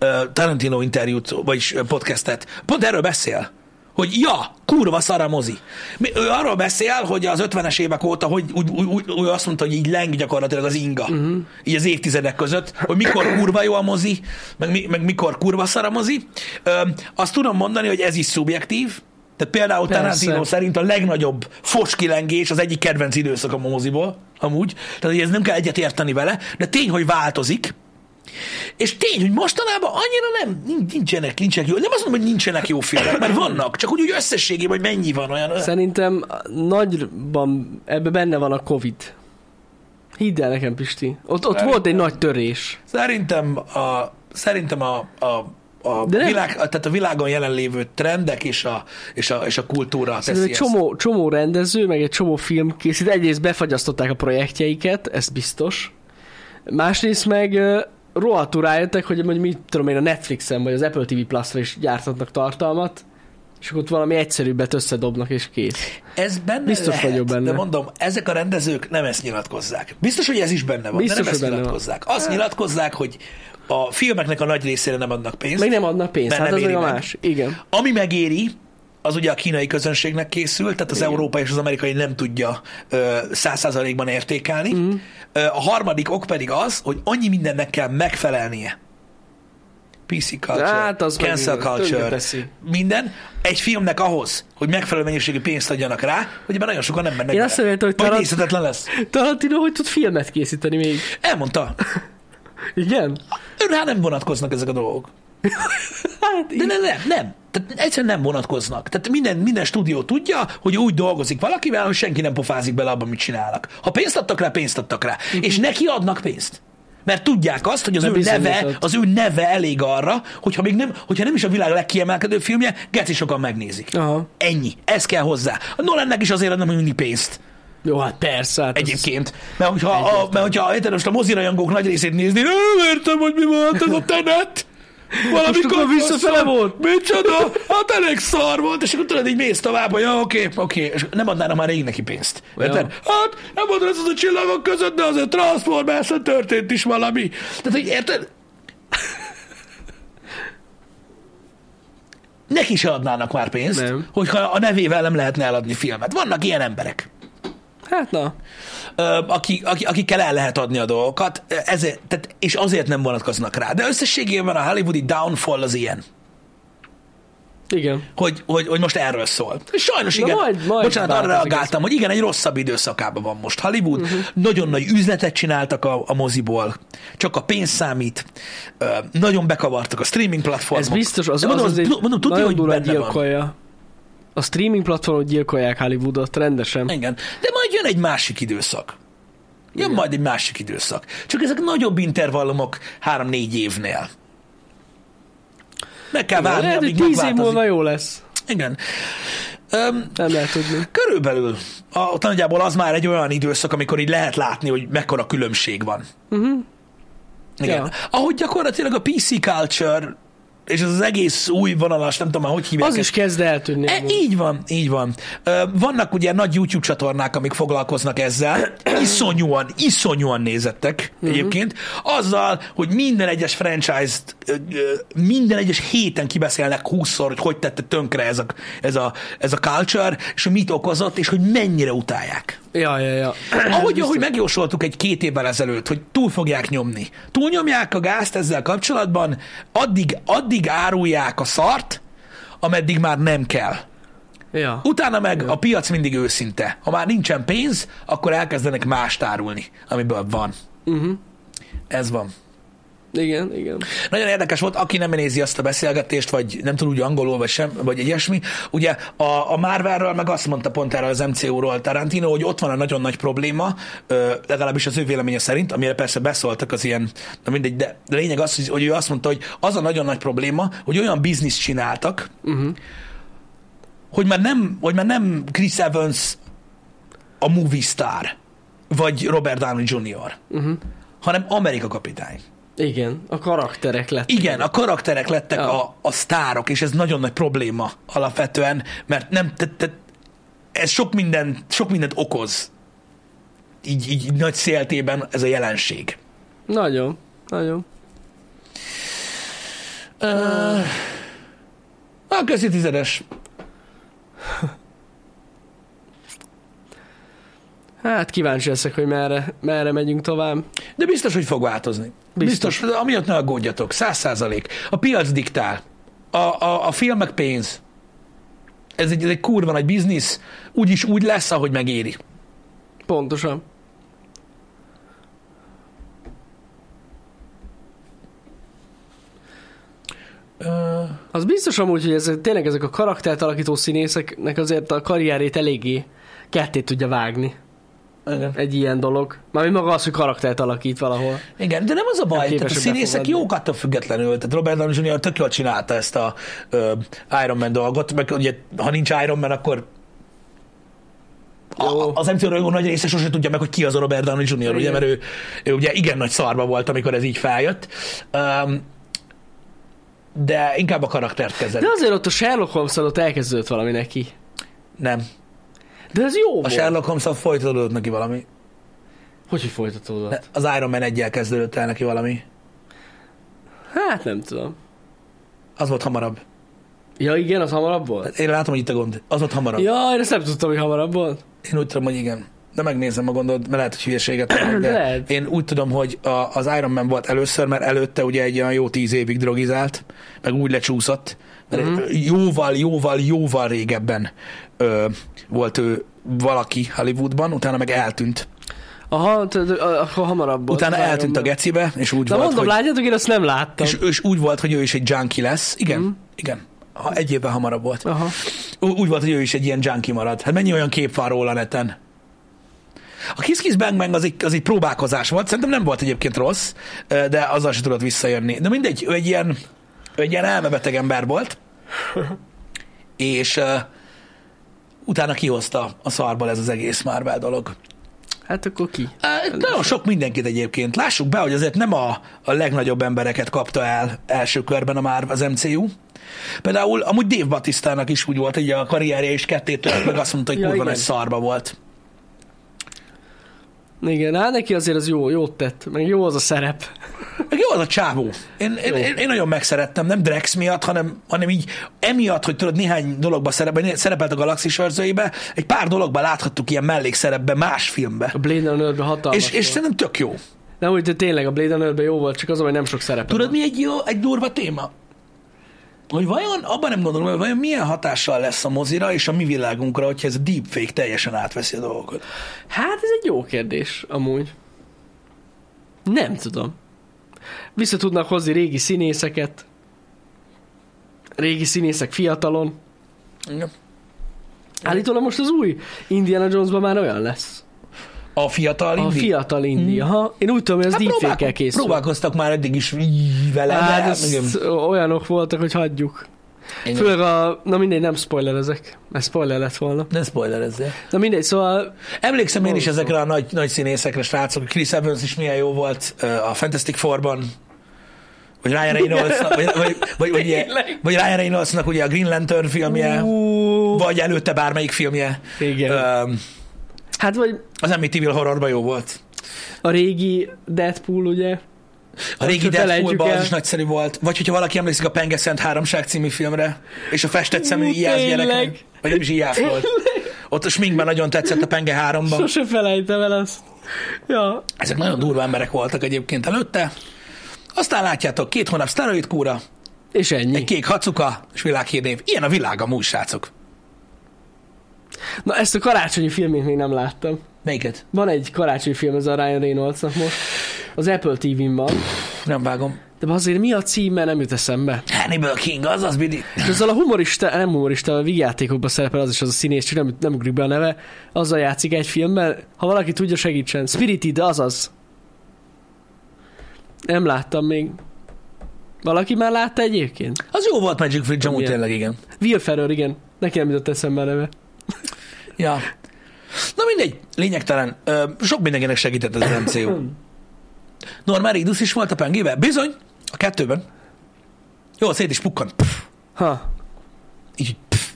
uh, Tarantino interjút, vagyis ö, podcastet. Pont erről beszél. Hogy ja, kurva szar a mozi. Mi, ő arról beszél, hogy az 50-es évek óta, hogy úgy, úgy, úgy, úgy azt mondta, hogy így leng gyakorlatilag az inga. Uh-huh. Így az évtizedek között, hogy mikor kurva jó a mozi, meg, mi- meg mikor kurva szar a mozi. Öm, azt tudom mondani, hogy ez is szubjektív. Tehát például
Persze.
Tarantino szerint a legnagyobb focskilengés az egyik kedvenc időszak a moziból, amúgy. Tehát hogy ez nem kell egyet érteni vele, de tény, hogy változik. És tény, hogy mostanában annyira nem, nin- nincsenek, nincsenek jó. Nem azt mondom, hogy nincsenek jó filmek, mert vannak, csak úgy, úgy összességében, hogy mennyi van olyan.
Szerintem nagyban ebbe benne van a Covid. Hidd el nekem, Pisti. Ott, ott volt egy nagy törés.
Szerintem a, szerintem a, a a,
De nem-
világ, a- tehát a világon jelenlévő trendek és a, és a, és a kultúra
Ez
teszi
egy
ezt.
csomó, csomó rendező, meg egy csomó film készít. Egyrészt befagyasztották a projektjeiket, ez biztos. Másrészt meg ö, rohadtul rájöttek, hogy mondjuk mit tudom én, a Netflixen vagy az Apple TV Plus-ra is gyártatnak tartalmat, és akkor ott valami egyszerűbbet összedobnak, és kész.
Ez benne
Biztos
lehet,
vagyok benne.
de mondom, ezek a rendezők nem ezt nyilatkozzák. Biztos, hogy ez is benne van,
Biztos,
de nem
hogy
ezt
benne van.
nyilatkozzák. Azt nyilatkozzák, hogy a filmeknek a nagy részére nem adnak pénzt.
Meg nem adnak pénzt,
Mert
hát
nem
az
éri
meg a
meg.
más. Igen.
Ami megéri, az ugye a kínai közönségnek készült, tehát az európai és az amerikai nem tudja ö, száz százalékban értékelni.
Mhm.
Mm. Ö, a harmadik ok pedig az, hogy annyi mindennek kell megfelelnie. PC culture,
Hát az
cancel
meg-
culture,
tönkreteszi.
minden. Egy filmnek ahhoz, hogy megfelelő mennyiségű pénzt adjanak rá, hogy ebben nagyon sokan nem mennek
Én
bele.
azt reméltem, hogy
Vagy
Tarant-
nézhetetlen lesz.
Tarantino hogy tud filmet készíteni még?
Elmondta.
Igen?
Ő Rá nem vonatkoznak ezek a dolgok.
Hát
De nem, nem, nem. Tehát egyszerűen nem vonatkoznak. Tehát minden, minden stúdió tudja, hogy úgy dolgozik valakivel, hogy senki nem pofázik bele abba, mit csinálnak. Ha pénzt adtak rá, pénzt adtak rá.
Mhm.
És neki adnak pénzt. Mert tudják azt, hogy az
Nem
ő, neve,
bizonyított.
az ő neve elég arra, hogyha, még nem, hogyha nem is a világ legkiemelkedő filmje, geci sokan megnézik.
Aha.
Ennyi. Ez kell hozzá. A Nolannek is azért adnak mindig pénzt.
Jó, hát persze. Hát az...
Egyébként. Mert hogyha, a, mert hogyha érted, most a mozirajongók nagy részét nézni, nem értem, hogy mi volt ez a tenet.
Most
Valamikor
akkor visszafele
faszom.
volt?
Micsoda? Hát elég szar volt, és akkor tudod, így mész tovább, hogy ja, oké, oké, és nem adnának már rég neki pénzt.
Ja.
Érted? Hát, nem mondod, ez az a csillagok között, de azért transformers történt is valami. Tehát, hogy érted? Neki se adnának már pénzt,
Nem.
hogyha a nevével nem lehetne eladni filmet. Vannak ilyen emberek
Hát na.
ö, aki, aki, akikkel el lehet adni a dolgokat, ö, ezért, tehát, és azért nem vonatkoznak rá. De összességében a hollywoodi downfall az ilyen.
Igen.
Hogy, hogy, hogy most erről szól. Sajnos
Na
igen.
majd- majd
Bocsánat, arra
változik Mhm.
reagáltam, hogy igen, egy rosszabb időszakában van most Hollywood. Uh-huh. Nagyon nagy üzletet csináltak a, a moziból. Csak a pénz számít. Ö, nagyon bekavartak a streaming platformok.
Ez biztos, az,
De
az
mondom,
azért
tu- mondom, tudja,
nagyon
hogy
durván
benne van.
gyilkolja. A streaming platformon gyilkolják Hollywoodot rendesen.
Igen. De majd jön egy másik időszak. Jön Igen. majd egy másik időszak. Csak ezek nagyobb intervallumok három-négy évnél. Meg kell várni,
Lehet, hogy
amíg
tíz év
megváltozik.
múlva jó lesz.
Igen. Öm,
Nem lehet tudni.
körülbelül. A, ott nagyjából az már egy olyan időszak, amikor így lehet látni, hogy mekkora különbség van. Uh-huh. Igen.
Mm-hmm. Ja.
Ja. Ahogy gyakorlatilag a PC culture és az, az egész új vonalas, nem tudom már, hogy hívják
Az is kezd eltűnni.
E,
amúgy.
így van, így van. Ö, vannak ugye nagy YouTube csatornák, amik foglalkoznak ezzel, iszonyúan, iszonyúan nézettek egyébként, azzal, hogy minden egyes franchise-t, ö, ö, minden egyes héten kibeszélnek 20-szor, hogy hogy tette tönkre ez a, ez, a, ez a culture, és hogy mit okozott, és hogy mennyire utálják.
Ja, ja, ja.
Ahogy, ahogy megjósoltuk egy két évvel ezelőtt, hogy túl fogják nyomni. Túlnyomják a gázt ezzel kapcsolatban, addig, addig árulják a szart, ameddig már nem kell.
Ja.
Utána meg a piac mindig őszinte. Ha már nincsen pénz, akkor elkezdenek mást árulni, amiből van.
Uh-huh.
Ez van.
Igen, igen.
Nagyon érdekes volt, aki nem nézi azt a beszélgetést, vagy nem tud úgy angolul, vagy sem, vagy egy ilyesmi. Ugye a, a Marvelről meg azt mondta pont erre az MCU-ról Tarantino, hogy ott van a nagyon nagy probléma, ö, legalábbis az ő véleménye szerint, amire persze beszóltak az ilyen, na mindegy, de de lényeg az, hogy, hogy ő azt mondta, hogy az a nagyon nagy probléma, hogy olyan bizniszt csináltak,
Uh-huh.
hogy már nem, hogy már nem Chris Evans a movie star, vagy Robert Downey Jr.,
Uh-huh.
hanem Amerika kapitány.
Igen, a karakterek lett.
Igen, a karakterek lettek
Ja.
a, a sztárok, és ez nagyon nagy probléma alapvetően, mert nem, te, te, ez sok, minden, sok mindent okoz. Így, így nagy széltében ez a jelenség.
Nagyon, nagyon.
Uh, a közi tizedes.
Hát kíváncsi leszek, hogy merre, merre megyünk tovább.
De biztos, hogy fog változni.
Biztos.
Biztos, biztos amiatt ne aggódjatok, száz százalék. A piac diktál. A, a, a filmek pénz. Ez egy, ez egy kurva nagy biznisz, úgyis úgy lesz, ahogy megéri.
Pontosan.
Ö,
Az biztos amúgy, hogy ezek, tényleg ezek a karaktert alakító színészeknek azért a karrierét eléggé ketté tudja vágni.
igen.
Egy ilyen dolog. Mármint maga az, hogy karaktert alakít valahol.
igen, de nem az a baj,
képesek
tehát a színészek
befogadni.
jók attól függetlenül. Tehát Robert Downey Jr. tök jól csinálta ezt a ö, Iron Man dolgot, meg ugye, ha nincs Iron Man, akkor A, az MCU rajongó nagy része sose tudja meg, hogy ki az a Robert Downey Jr., ugye,
Igen.
mert ő, ő ugye igen nagy szarba volt, amikor ez így feljött. Um, de inkább a karaktert kezelik.
De azért ott a Sherlock Holmes alatt elkezdődött valami neki.
Nem.
De ez jó
A
volt.
Sherlock holmes folytatódott neki valami.
Hogy, hogy folytatódott?
Ne, Az Iron Man 1 kezdődött el neki valami.
Hát nem tudom.
Az volt hamarabb.
Ja igen, az hamarabb volt?
Én látom, hogy itt a gond. Az volt hamarabb.
Ja, én ezt nem tudtam, hogy hamarabb volt.
Én úgy tudom, hogy igen. De megnézem a gondod, mert lehet, hogy hülyeséget mondok, de
Lehet.
Én úgy tudom, hogy a, az Iron Man volt először, mert előtte ugye egy olyan jó tíz évig drogizált, meg úgy lecsúszott. Mert
Mhm.
Jóval, jóval, jóval régebben ö, volt ő valaki Hollywoodban, utána meg eltűnt.
Aha, t- t- akkor hamarabb volt.
utána
Várom
eltűnt a
meg.
gecibe, és úgy
Na
volt,
mondom,
hogy...
látjátok, én azt nem láttam.
És, és úgy volt, hogy ő is egy junkie lesz. Igen,
Mhm.
igen. Ha egy évvel hamarabb volt.
Aha.
Ú- Úgy volt, hogy ő is egy ilyen junkie marad. Hát mennyi olyan kép van róla neten? A Kiss Kiss Bang Bang az egy, az egy próbálkozás volt, szerintem nem volt egyébként rossz, ö, de azzal se tudott visszajönni. De mindegy, ő egy ilyen, ő egy ilyen elmebeteg ember volt, és uh, utána kihozta a szarból ez az egész Marvel dolog.
Hát akkor ki?
Uh, nagyon sok mindenkit egyébként. Lássuk be, hogy azért nem a, a legnagyobb embereket kapta el első körben a már az MCU. Például amúgy Dave Batistának is úgy volt, hogy a karrierje is ketté tört, meg azt mondta, hogy
Ja,
kurva
igen.
nagy szarba volt.
Igen, hát neki azért az jó, jót tett, meg jó az a szerep.
Meg jó az a csávó. Én, én,
Jó.
én, én nagyon megszerettem, nem Drex miatt, hanem, hanem így emiatt, hogy tudod, néhány dologba szerepelt, szerepelt a Galaxis őrzőibe, egy pár dologban láthattuk ilyen mellékszerepbe más filmbe.
A Blade Runner-ben hatalmas
És, és
volt.
szerintem tök jó.
Nem úgy, de tényleg a Blade Runner-ben jó volt, csak az, hogy nem sok szerepe
Tudod,
van.
mi egy jó, egy durva téma? Hogy vajon, abban nem gondolom, hogy vajon milyen hatással lesz a mozira és a mi világunkra, hogyha ez a deepfake teljesen átveszi a dolgokat.
Hát ez egy jó kérdés, amúgy. Nem tudom. Vissza tudnak hozni régi színészeket. Régi színészek fiatalon. Állítólag most az új Indiana Jonesban már olyan lesz.
A fiatal
A
indi? Mhm. Hm.
fiatal indi, aha. Én úgy tudom, hogy ez
Hát
deepfake-kel
próbálko-
készül.
Próbálkoztak már eddig is így vele,
Hát
de igen.
ezt olyanok voltak, hogy hagyjuk.
Igen.
Főleg a... Na mindegy, nem spoilerezek. Mert spoiler lett volna.
Ne spoilerezzél.
Na mindegy, szóval...
Emlékszem én is
Borzasztó.
ezekre a nagy, nagy színészekre, srácok. Chris Evans is milyen jó volt ö, a Fantastic Four-ban. Vagy Ryan Reynolds, vagy, vagy, vagy, vagy, ugye,
Tényleg.
vagy Ryan Reynoldsnak ugye a Green Lantern filmje,
Ú,
vagy előtte bármelyik filmje.
Igen.
Ö,
Hát vagy
Az Amityville horrorban jó volt.
a régi Deadpool, ugye?
A régi
Azt felejtjük
Deadpoolban
el.
az is nagyszerű volt. Vagy hogyha valaki emlékszik a Penge Szent Háromság című filmre, és a festett szemű
Ú,
ijász
tényleg.
gyerek. Vagy nem is ijász volt. Ott a sminkben nagyon tetszett a Penge háromban.
Sose felejtem el ezt. Ja.
Ezek nagyon durva emberek voltak egyébként előtte. Aztán látjátok, két hónap szteroid kúra,
És ennyi.
egy kék hacuka, és világhírnév. Ilyen a világ a srácok.
Na ezt a karácsonyi filmét még nem láttam.
Melyiket?
Van egy karácsonyi film, ez a Ryan Reynoldsnak most. Az Apple TV-n van.
Nem vágom.
De azért mi a címe, nem jut eszembe.
Hannibal King, az az, Bidi.
És azzal a humorista, nem humorista, a vígjátékokban szerepel az is az a színész, csak nem, nem ugrik be a neve. Azzal játszik egy filmben. Ha valaki tudja, segítsen. Spirited, azaz. Nem láttam még. Valaki már látta egyébként?
Az jó volt Magic Fridge, amúgy
Milyen?
tényleg igen.
Will Ferrell, igen. Neki nem jutott eszembe a neve.
Ja. Na mindegy, lényegtelen. Ö, sok mindenkinek segített az MCU. Norman Reedus is volt a pengébe? Bizony, a kettőben. Jó, szét is pukkant. Pff,
Ha.
így, pff.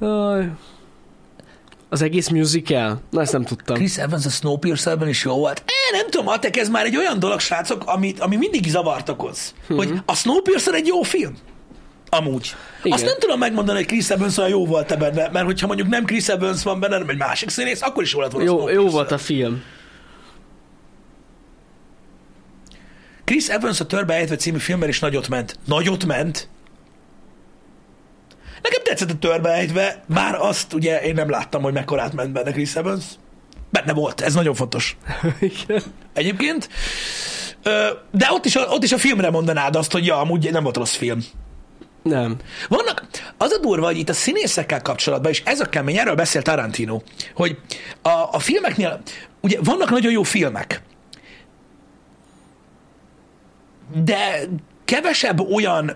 Aj. Az egész musical? Na, ezt nem tudtam.
Chris Evans a Snowpiercerben is jó volt. É, nem tudom, Atek, ez már egy olyan dolog, srácok, ami, ami mindig zavart okoz. Hogy a Snowpiercer egy jó film. Amúgy. Igen.
Igen.
Azt nem tudom megmondani, hogy Chris Evans olyan jó volt-e benne, mert hogyha mondjuk nem Chris Evans van benne, hanem egy másik színész, akkor is jó lett volna a
Jó, jó
Snowpiercer.
volt a film.
Chris Evans a Törbe ejtve című filmben is nagyot ment. Nagyot ment? Nekem tetszett a Törbe ejtve, bár azt ugye én nem láttam, hogy mekkorát ment benne Chris Evans. Benne volt, ez nagyon fontos.
Igen.
Egyébként, Ö, de ott is, a, ott is a filmre mondanád azt, hogy ja, amúgy nem volt rossz film.
Nem.
Vannak, az a durva, hogy itt a színészekkel kapcsolatban, és ez a kemény, erről beszél Tarantino, hogy a, a filmeknél, ugye vannak nagyon jó filmek, de kevesebb olyan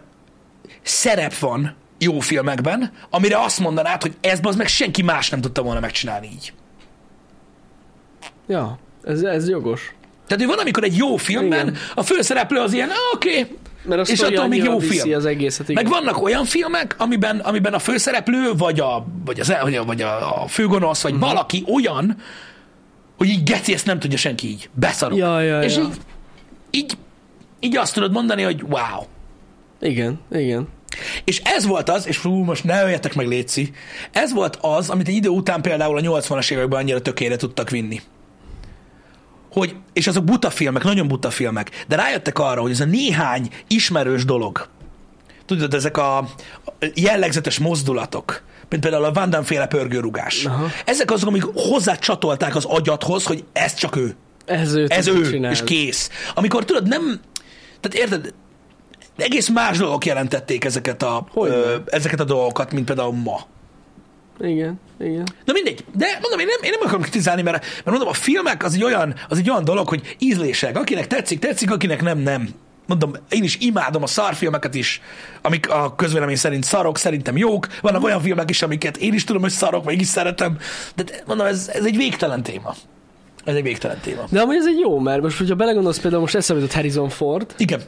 szerep van, jó filmekben, amire azt mondanád, hogy ezt az meg senki más nem tudta volna megcsinálni így.
Ja, ez, ez jogos.
Tehát, hogy van, amikor egy jó filmben
Igen.
a főszereplő az ilyen, "Ah, oké, okay,
Mert a
És
sztori
attól még
annyira
jó
viszi
film.
az egészet, Hát igen.
Meg vannak olyan filmek, amiben, amiben a főszereplő, vagy a, vagy az, vagy a, vagy a, a főgonosz,
Mhm.
vagy uh-huh. valaki olyan, hogy így geci, ezt nem tudja senki így. Beszarok.
Ja, ja,
És
ja.
így, így, így azt tudod mondani, hogy wow.
Igen, igen.
És ez volt az, és hú, most ne öljetek meg, Léci, ez volt az, amit egy idő után például a 80-as években annyira tökére tudtak vinni. Hogy, és azok buta filmek, nagyon buta filmek, de rájöttek arra, hogy ez a néhány ismerős dolog, tudod, ezek a jellegzetes mozdulatok, mint például a Van Damme féle pörgőrugás.
Aha.
Ezek azok, amik hozzácsatolták az agyadhoz, hogy ez csak ő
Ez ő,
ez
tudja
ő,
csinálni.
és kész. Amikor tudod, nem, tehát érted, egész más dolgok jelentették ezeket a,
Hogyne.
ö, ezeket a dolgokat, mint például ma.
Igen, igen.
Na mindegy, de mondom, én nem, én nem akarom kritizálni, mert, mert mondom, a filmek az egy, olyan, az egy olyan dolog, hogy ízlések. Akinek tetszik, tetszik, akinek nem, nem. Mondom, én is imádom a szarfilmeket is, amik a közvélemény szerint szarok, szerintem jók. Vannak olyan filmek is, amiket én is tudom, hogy szarok, mégis szeretem. De mondom, ez, ez egy végtelen téma. Ez egy végtelen téma.
De amúgy ez egy jó, mert most, hogyha belegondolsz például, most eszembe jutott Harrison Ford,
Igen.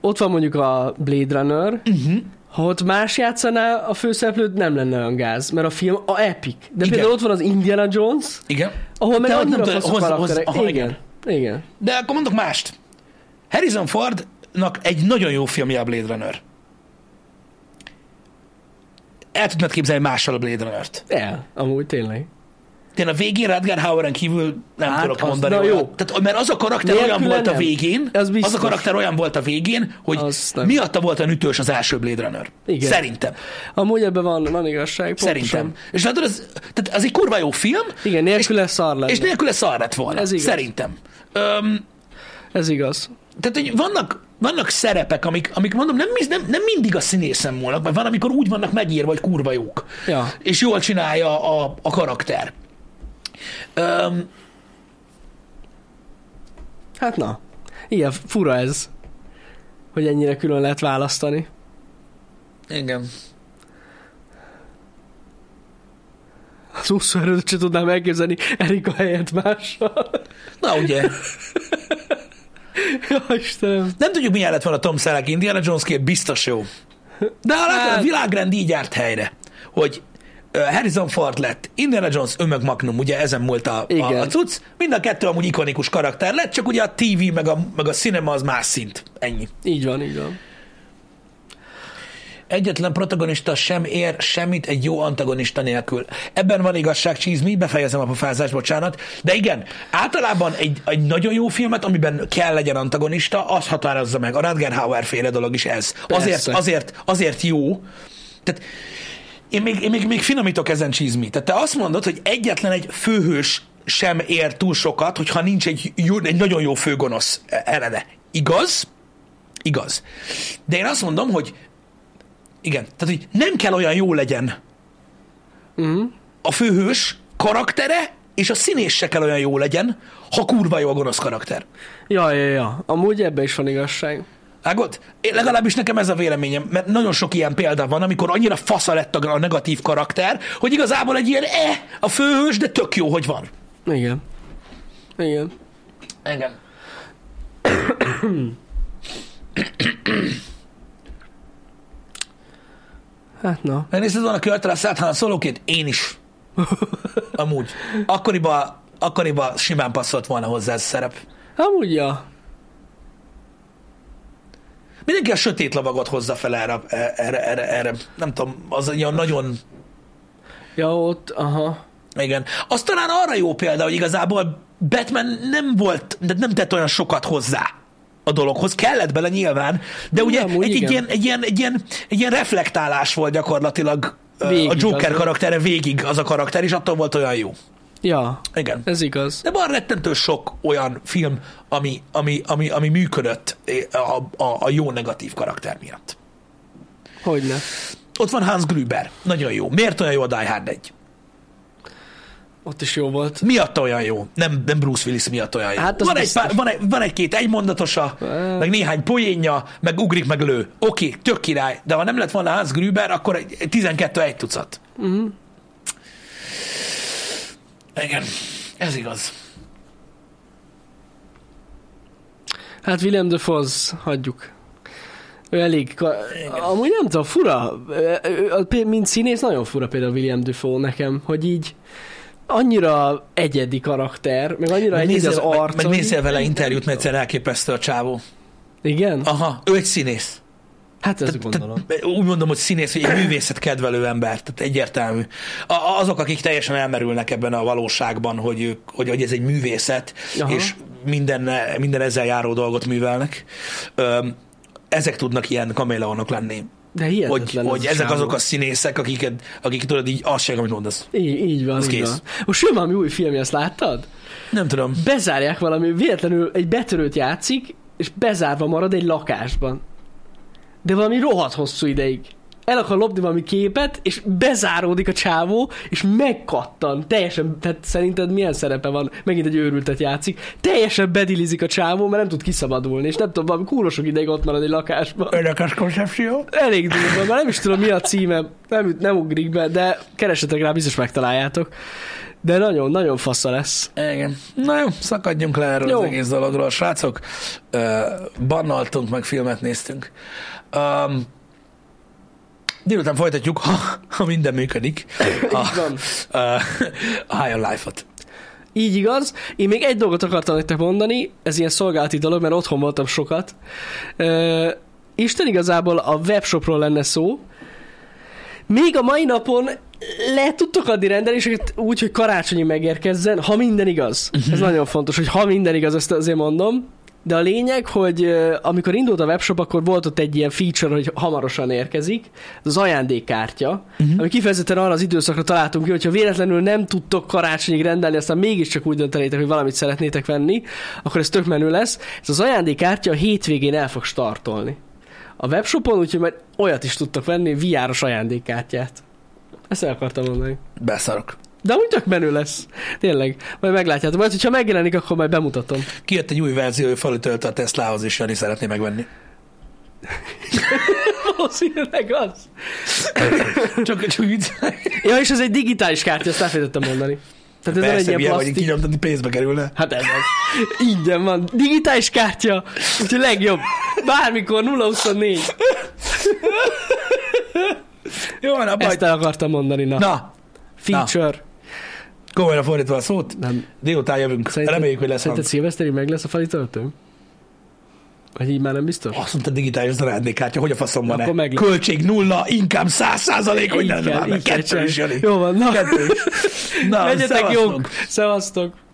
ott van mondjuk a Blade Runner,
Mhm.
uh-huh. ha ott más játszaná a főszereplőt, nem lenne olyan gáz, mert a film a epic. De
Igen.
igen. például ott van az Indiana Jones,
Igen.
ahol meg
Te
annyira
ott nem
faszok
tudod, hozz- hozz-
karakterek.
aha,
igen, igen.
De akkor mondok mást. Harrison Fordnak egy nagyon jó filmje a Blade Runner. El tudnád képzelni mással a Blade Runner-t.
El, amúgy tényleg.
Én a végén Rutger Hauer-en kívül nem
Hát,
hát tudok
az-
mondani.
na
olyat.
jó.
Tehát, mert az a karakter
Nélküle
olyan volt a
nem.
végén,
Ez
az,
biztos.
az a karakter olyan volt a végén, hogy
Az nem.
miatta volt olyan ütős az első Blade Runner.
Igen.
Szerintem.
Amúgy ebben van, van igazság, pontosan.
Szerintem. És látod, az, tehát az egy kurva jó film,
Igen, nélküle szar lenne.
és nélküle szar lett volna.
Ez igaz.
Szerintem. Öm,
Ez igaz.
tehát, hogy vannak, vannak szerepek, amik, amik mondom, nem, mi- nem, nem mindig a színészen múlnak, mert van, amikor úgy vannak megírva, hogy kurva jók.
Ja.
És jól csinálja a, a karakter. Öm,
Hát na. Igen, fura ez, hogy ennyire külön lehet választani.
igen.
Az úszóerőt se tudnám elképzelni Erika helyett mással.
Na ugye,
Ja, Istenem.
nem tudjuk, milyen lett volna Tom Selleck Indiana Jones kép, biztos jó. De a, hát... a világrend így járt helyre, hogy ö, Harrison Ford lett, Indiana Jones, ő meg Magnum, ugye ezen múlt a, a,
Igen.
a cucc. Mind a kettő amúgy ikonikus karakter lett, csak ugye a TV meg a, meg a cinema az más szint. Ennyi.
Így van, így van.
Egyetlen protagonista sem ér semmit egy jó antagonista nélkül. Ebben van igazság, csizmi, befejezem a pofázást, bocsánat. De igen, általában egy, egy nagyon jó filmet, amiben kell legyen antagonista, az határozza meg. A Rutger Hauer féle dolog is ez. Azért,
Persze.
azért, azért jó. Tehát én még, én még, még finomítok ezen csizmi. Tehát te azt mondod, hogy egyetlen egy főhős sem ér túl sokat, hogyha nincs egy, jó, egy nagyon jó főgonosz e, eleme. Igaz? Igaz. De én azt mondom, hogy igen, tehát hogy nem kell olyan jó legyen a főhős karaktere, és a színés se kell olyan jó legyen, ha kurva jó a gonosz karakter.
Ja, ja, ja. Amúgy ebben is van igazság.
Ágod? Én legalábbis nekem ez a véleményem, mert nagyon sok ilyen példa van, amikor annyira fasza lett a a negatív karakter, hogy igazából egy ilyen e a főhős, de tök jó, hogy van.
Igen. Igen.
Engem.
Hát na.
Megnézted volna Kurt Russell-t, hanem szólóként? Én is. Amúgy. Akkoriban akkoriba simán passzolt volna hozzá ez a szerep.
Amúgy ja.
Mindenki a sötét lovagot hozza fel erre, erre, erre, erre. nem tudom, az ilyen nagyon,
Ja, ott, aha.
igen. Az talán arra jó példa, hogy igazából Batman nem volt, de nem tett olyan sokat hozzá a dologhoz. Kellett bele nyilván, de ugye
amúgy
egy, egy,
igen.
ilyen, egy, ilyen, egy, ilyen, egy ilyen reflektálás volt gyakorlatilag ö,
Végig
a Joker
az-
karaktere végig az a karakter, és attól volt olyan jó.
Ja,
Igen.
ez igaz.
De van rettentő sok olyan film, ami, ami, ami, ami működött eh, a, a, a jó negatív karakter miatt.
Hogyne.
Ott van Hans Gruber. Nagyon jó. Miért olyan jó a Die Hard 1?
Ott is jó volt.
Miatt olyan jó. Nem, nem Bruce Willis miatt olyan jó.
Hát
Hát
az
van, egy
biztos.
pár, van, egy, van egy-két egymondatosa, meg néhány poénja, meg ugrik, meg lő. Oké, tök király, de ha nem lett volna Hans Gruber, akkor egy- egy 12 egy tucat.
Mhm.
Igen, ez igaz.
Hát William de Foz, hagyjuk. Ő elég... ka- Amúgy nem tudom, fura. Ö, ö, ö, pé- Mint színész nagyon fura például William Dafoe nekem, hogy így annyira egyedi karakter, meg annyira
Meg
egyedi
nézzél,
az
meg,
arca.
meg nézzél vele
hogy-
interjút, mert egyszer elképesztő a csávó.
Igen?
Aha, ő egy színész.
Hát ezt
Tehát,
gondolom.
úgy mondom, hogy színész, hogy egy művészet kedvelő ember, tehát egyértelmű. A, a- azok, akik teljesen elmerülnek ebben a valóságban, hogy, ők, hogy, hogy ez egy művészet,
Aha.
Aha. és minden, minden ezzel járó dolgot művelnek, öm, ezek tudnak ilyen kaméleonok lenni.
De
Hogy,
hihetetlen. ez
hogy
a
ezek
csávó.
azok a színészek, akiket, akik tudod így azt sem, amit mondasz.
Így, így van,
Az
így
kész.
van. Most jön valami új filmje, azt láttad?
Nem tudom.
Bezárják valami, véletlenül egy betörőt játszik, és bezárva marad egy lakásban. De valami rohadt hosszú ideig. El akar lopni valami képet, és bezáródik a csávó, és megkattan. Teljesen, tehát szerinted milyen szerepe van? Megint egy őrültet játszik. Teljesen bedilizik a csávó, mert nem tud kiszabadulni, és nem tudom, valami kúrosok ideig ott marad egy lakásban.
Érdekes koncepció.
Elég durva, már nem is tudom mi a címe, nem, üt- nem ugrik be, de keresetek rá, biztos megtaláljátok. De nagyon-nagyon fasza lesz.
Igen. Na jó, szakadjunk le erről jó.
Jó.
az egész dologról. Srácok, ö, bannaltunk, meg filmet néztünk. Um, délután folytatjuk, ha, ha minden működik, a,
Így van.
a, a Higher Life-ot.
Így igaz. Én még egy dolgot akartam nektek mondani, ez ilyen szolgálati dolog, mert otthon voltam sokat. Ö, Isten igazából a webshopról lenne szó. Még a mai napon le tudtok adni rendeléseket úgy, hogy karácsonyi megérkezzen, ha minden igaz. Ez nagyon fontos, hogy ha minden igaz, ezt azért mondom. De a lényeg, hogy ö, amikor indult a webshop, akkor volt ott egy ilyen feature, hogy hamarosan érkezik, ez az ajándékkártya, uh-huh. ami kifejezetten arra az időszakra találtunk ki, hogyha véletlenül nem tudtok karácsonyig rendelni, aztán mégiscsak úgy döntenétek, hogy valamit szeretnétek venni, akkor ez tök menő lesz. Ez az ajándékkártya a hétvégén el fog startolni a webshopon, úgyhogy majd olyat is tudtak venni, VR-os ajándékkártyát. Ezt el akartam mondani.
Beszarok.
De úgy tök menő lesz. Tényleg. Majd meglátjátok. Majd, hogyha megjelenik, akkor majd bemutatom.
Kijött egy új verzió, ő felütölte a Teslahoz, és Jani szeretné megvenni.
Valószínűleg az.
Csak, csak így.
Ja, és ez egy digitális kártya, ezt elfelejtettem mondani. Tehát ez nem egy
Persze,
ilyen
milyen vagy,
plastik.
kinyomtatni pénzbe kerülne.
Hát ez az. Ingyen van. Digitális kártya. Úgyhogy legjobb. Bármikor 024.
Jó, na, baj.
Ezt el akartam mondani. Na. na
Na,
Feature.
komolyan fordítva a szót,
Na. Nem.
délután jövünk.
Szerinted-
Reméljük, hogy lesz hang.
Szerinted szilveszterig meg lesz a fali töltőm? Vagy így már nem biztos?
Azt mondta, digitális ajándékkártya, hogy a faszomban
Akkor
ne?
meg-
Költség nulla, inkább száz százalék, hogy
Így
nem
kell,
már meg
így kell
kettő is
csinálni.
jön.
Jó van, na.
Kettő is. Na,
Legyetek
szevasztok.
jók. Szevasztok.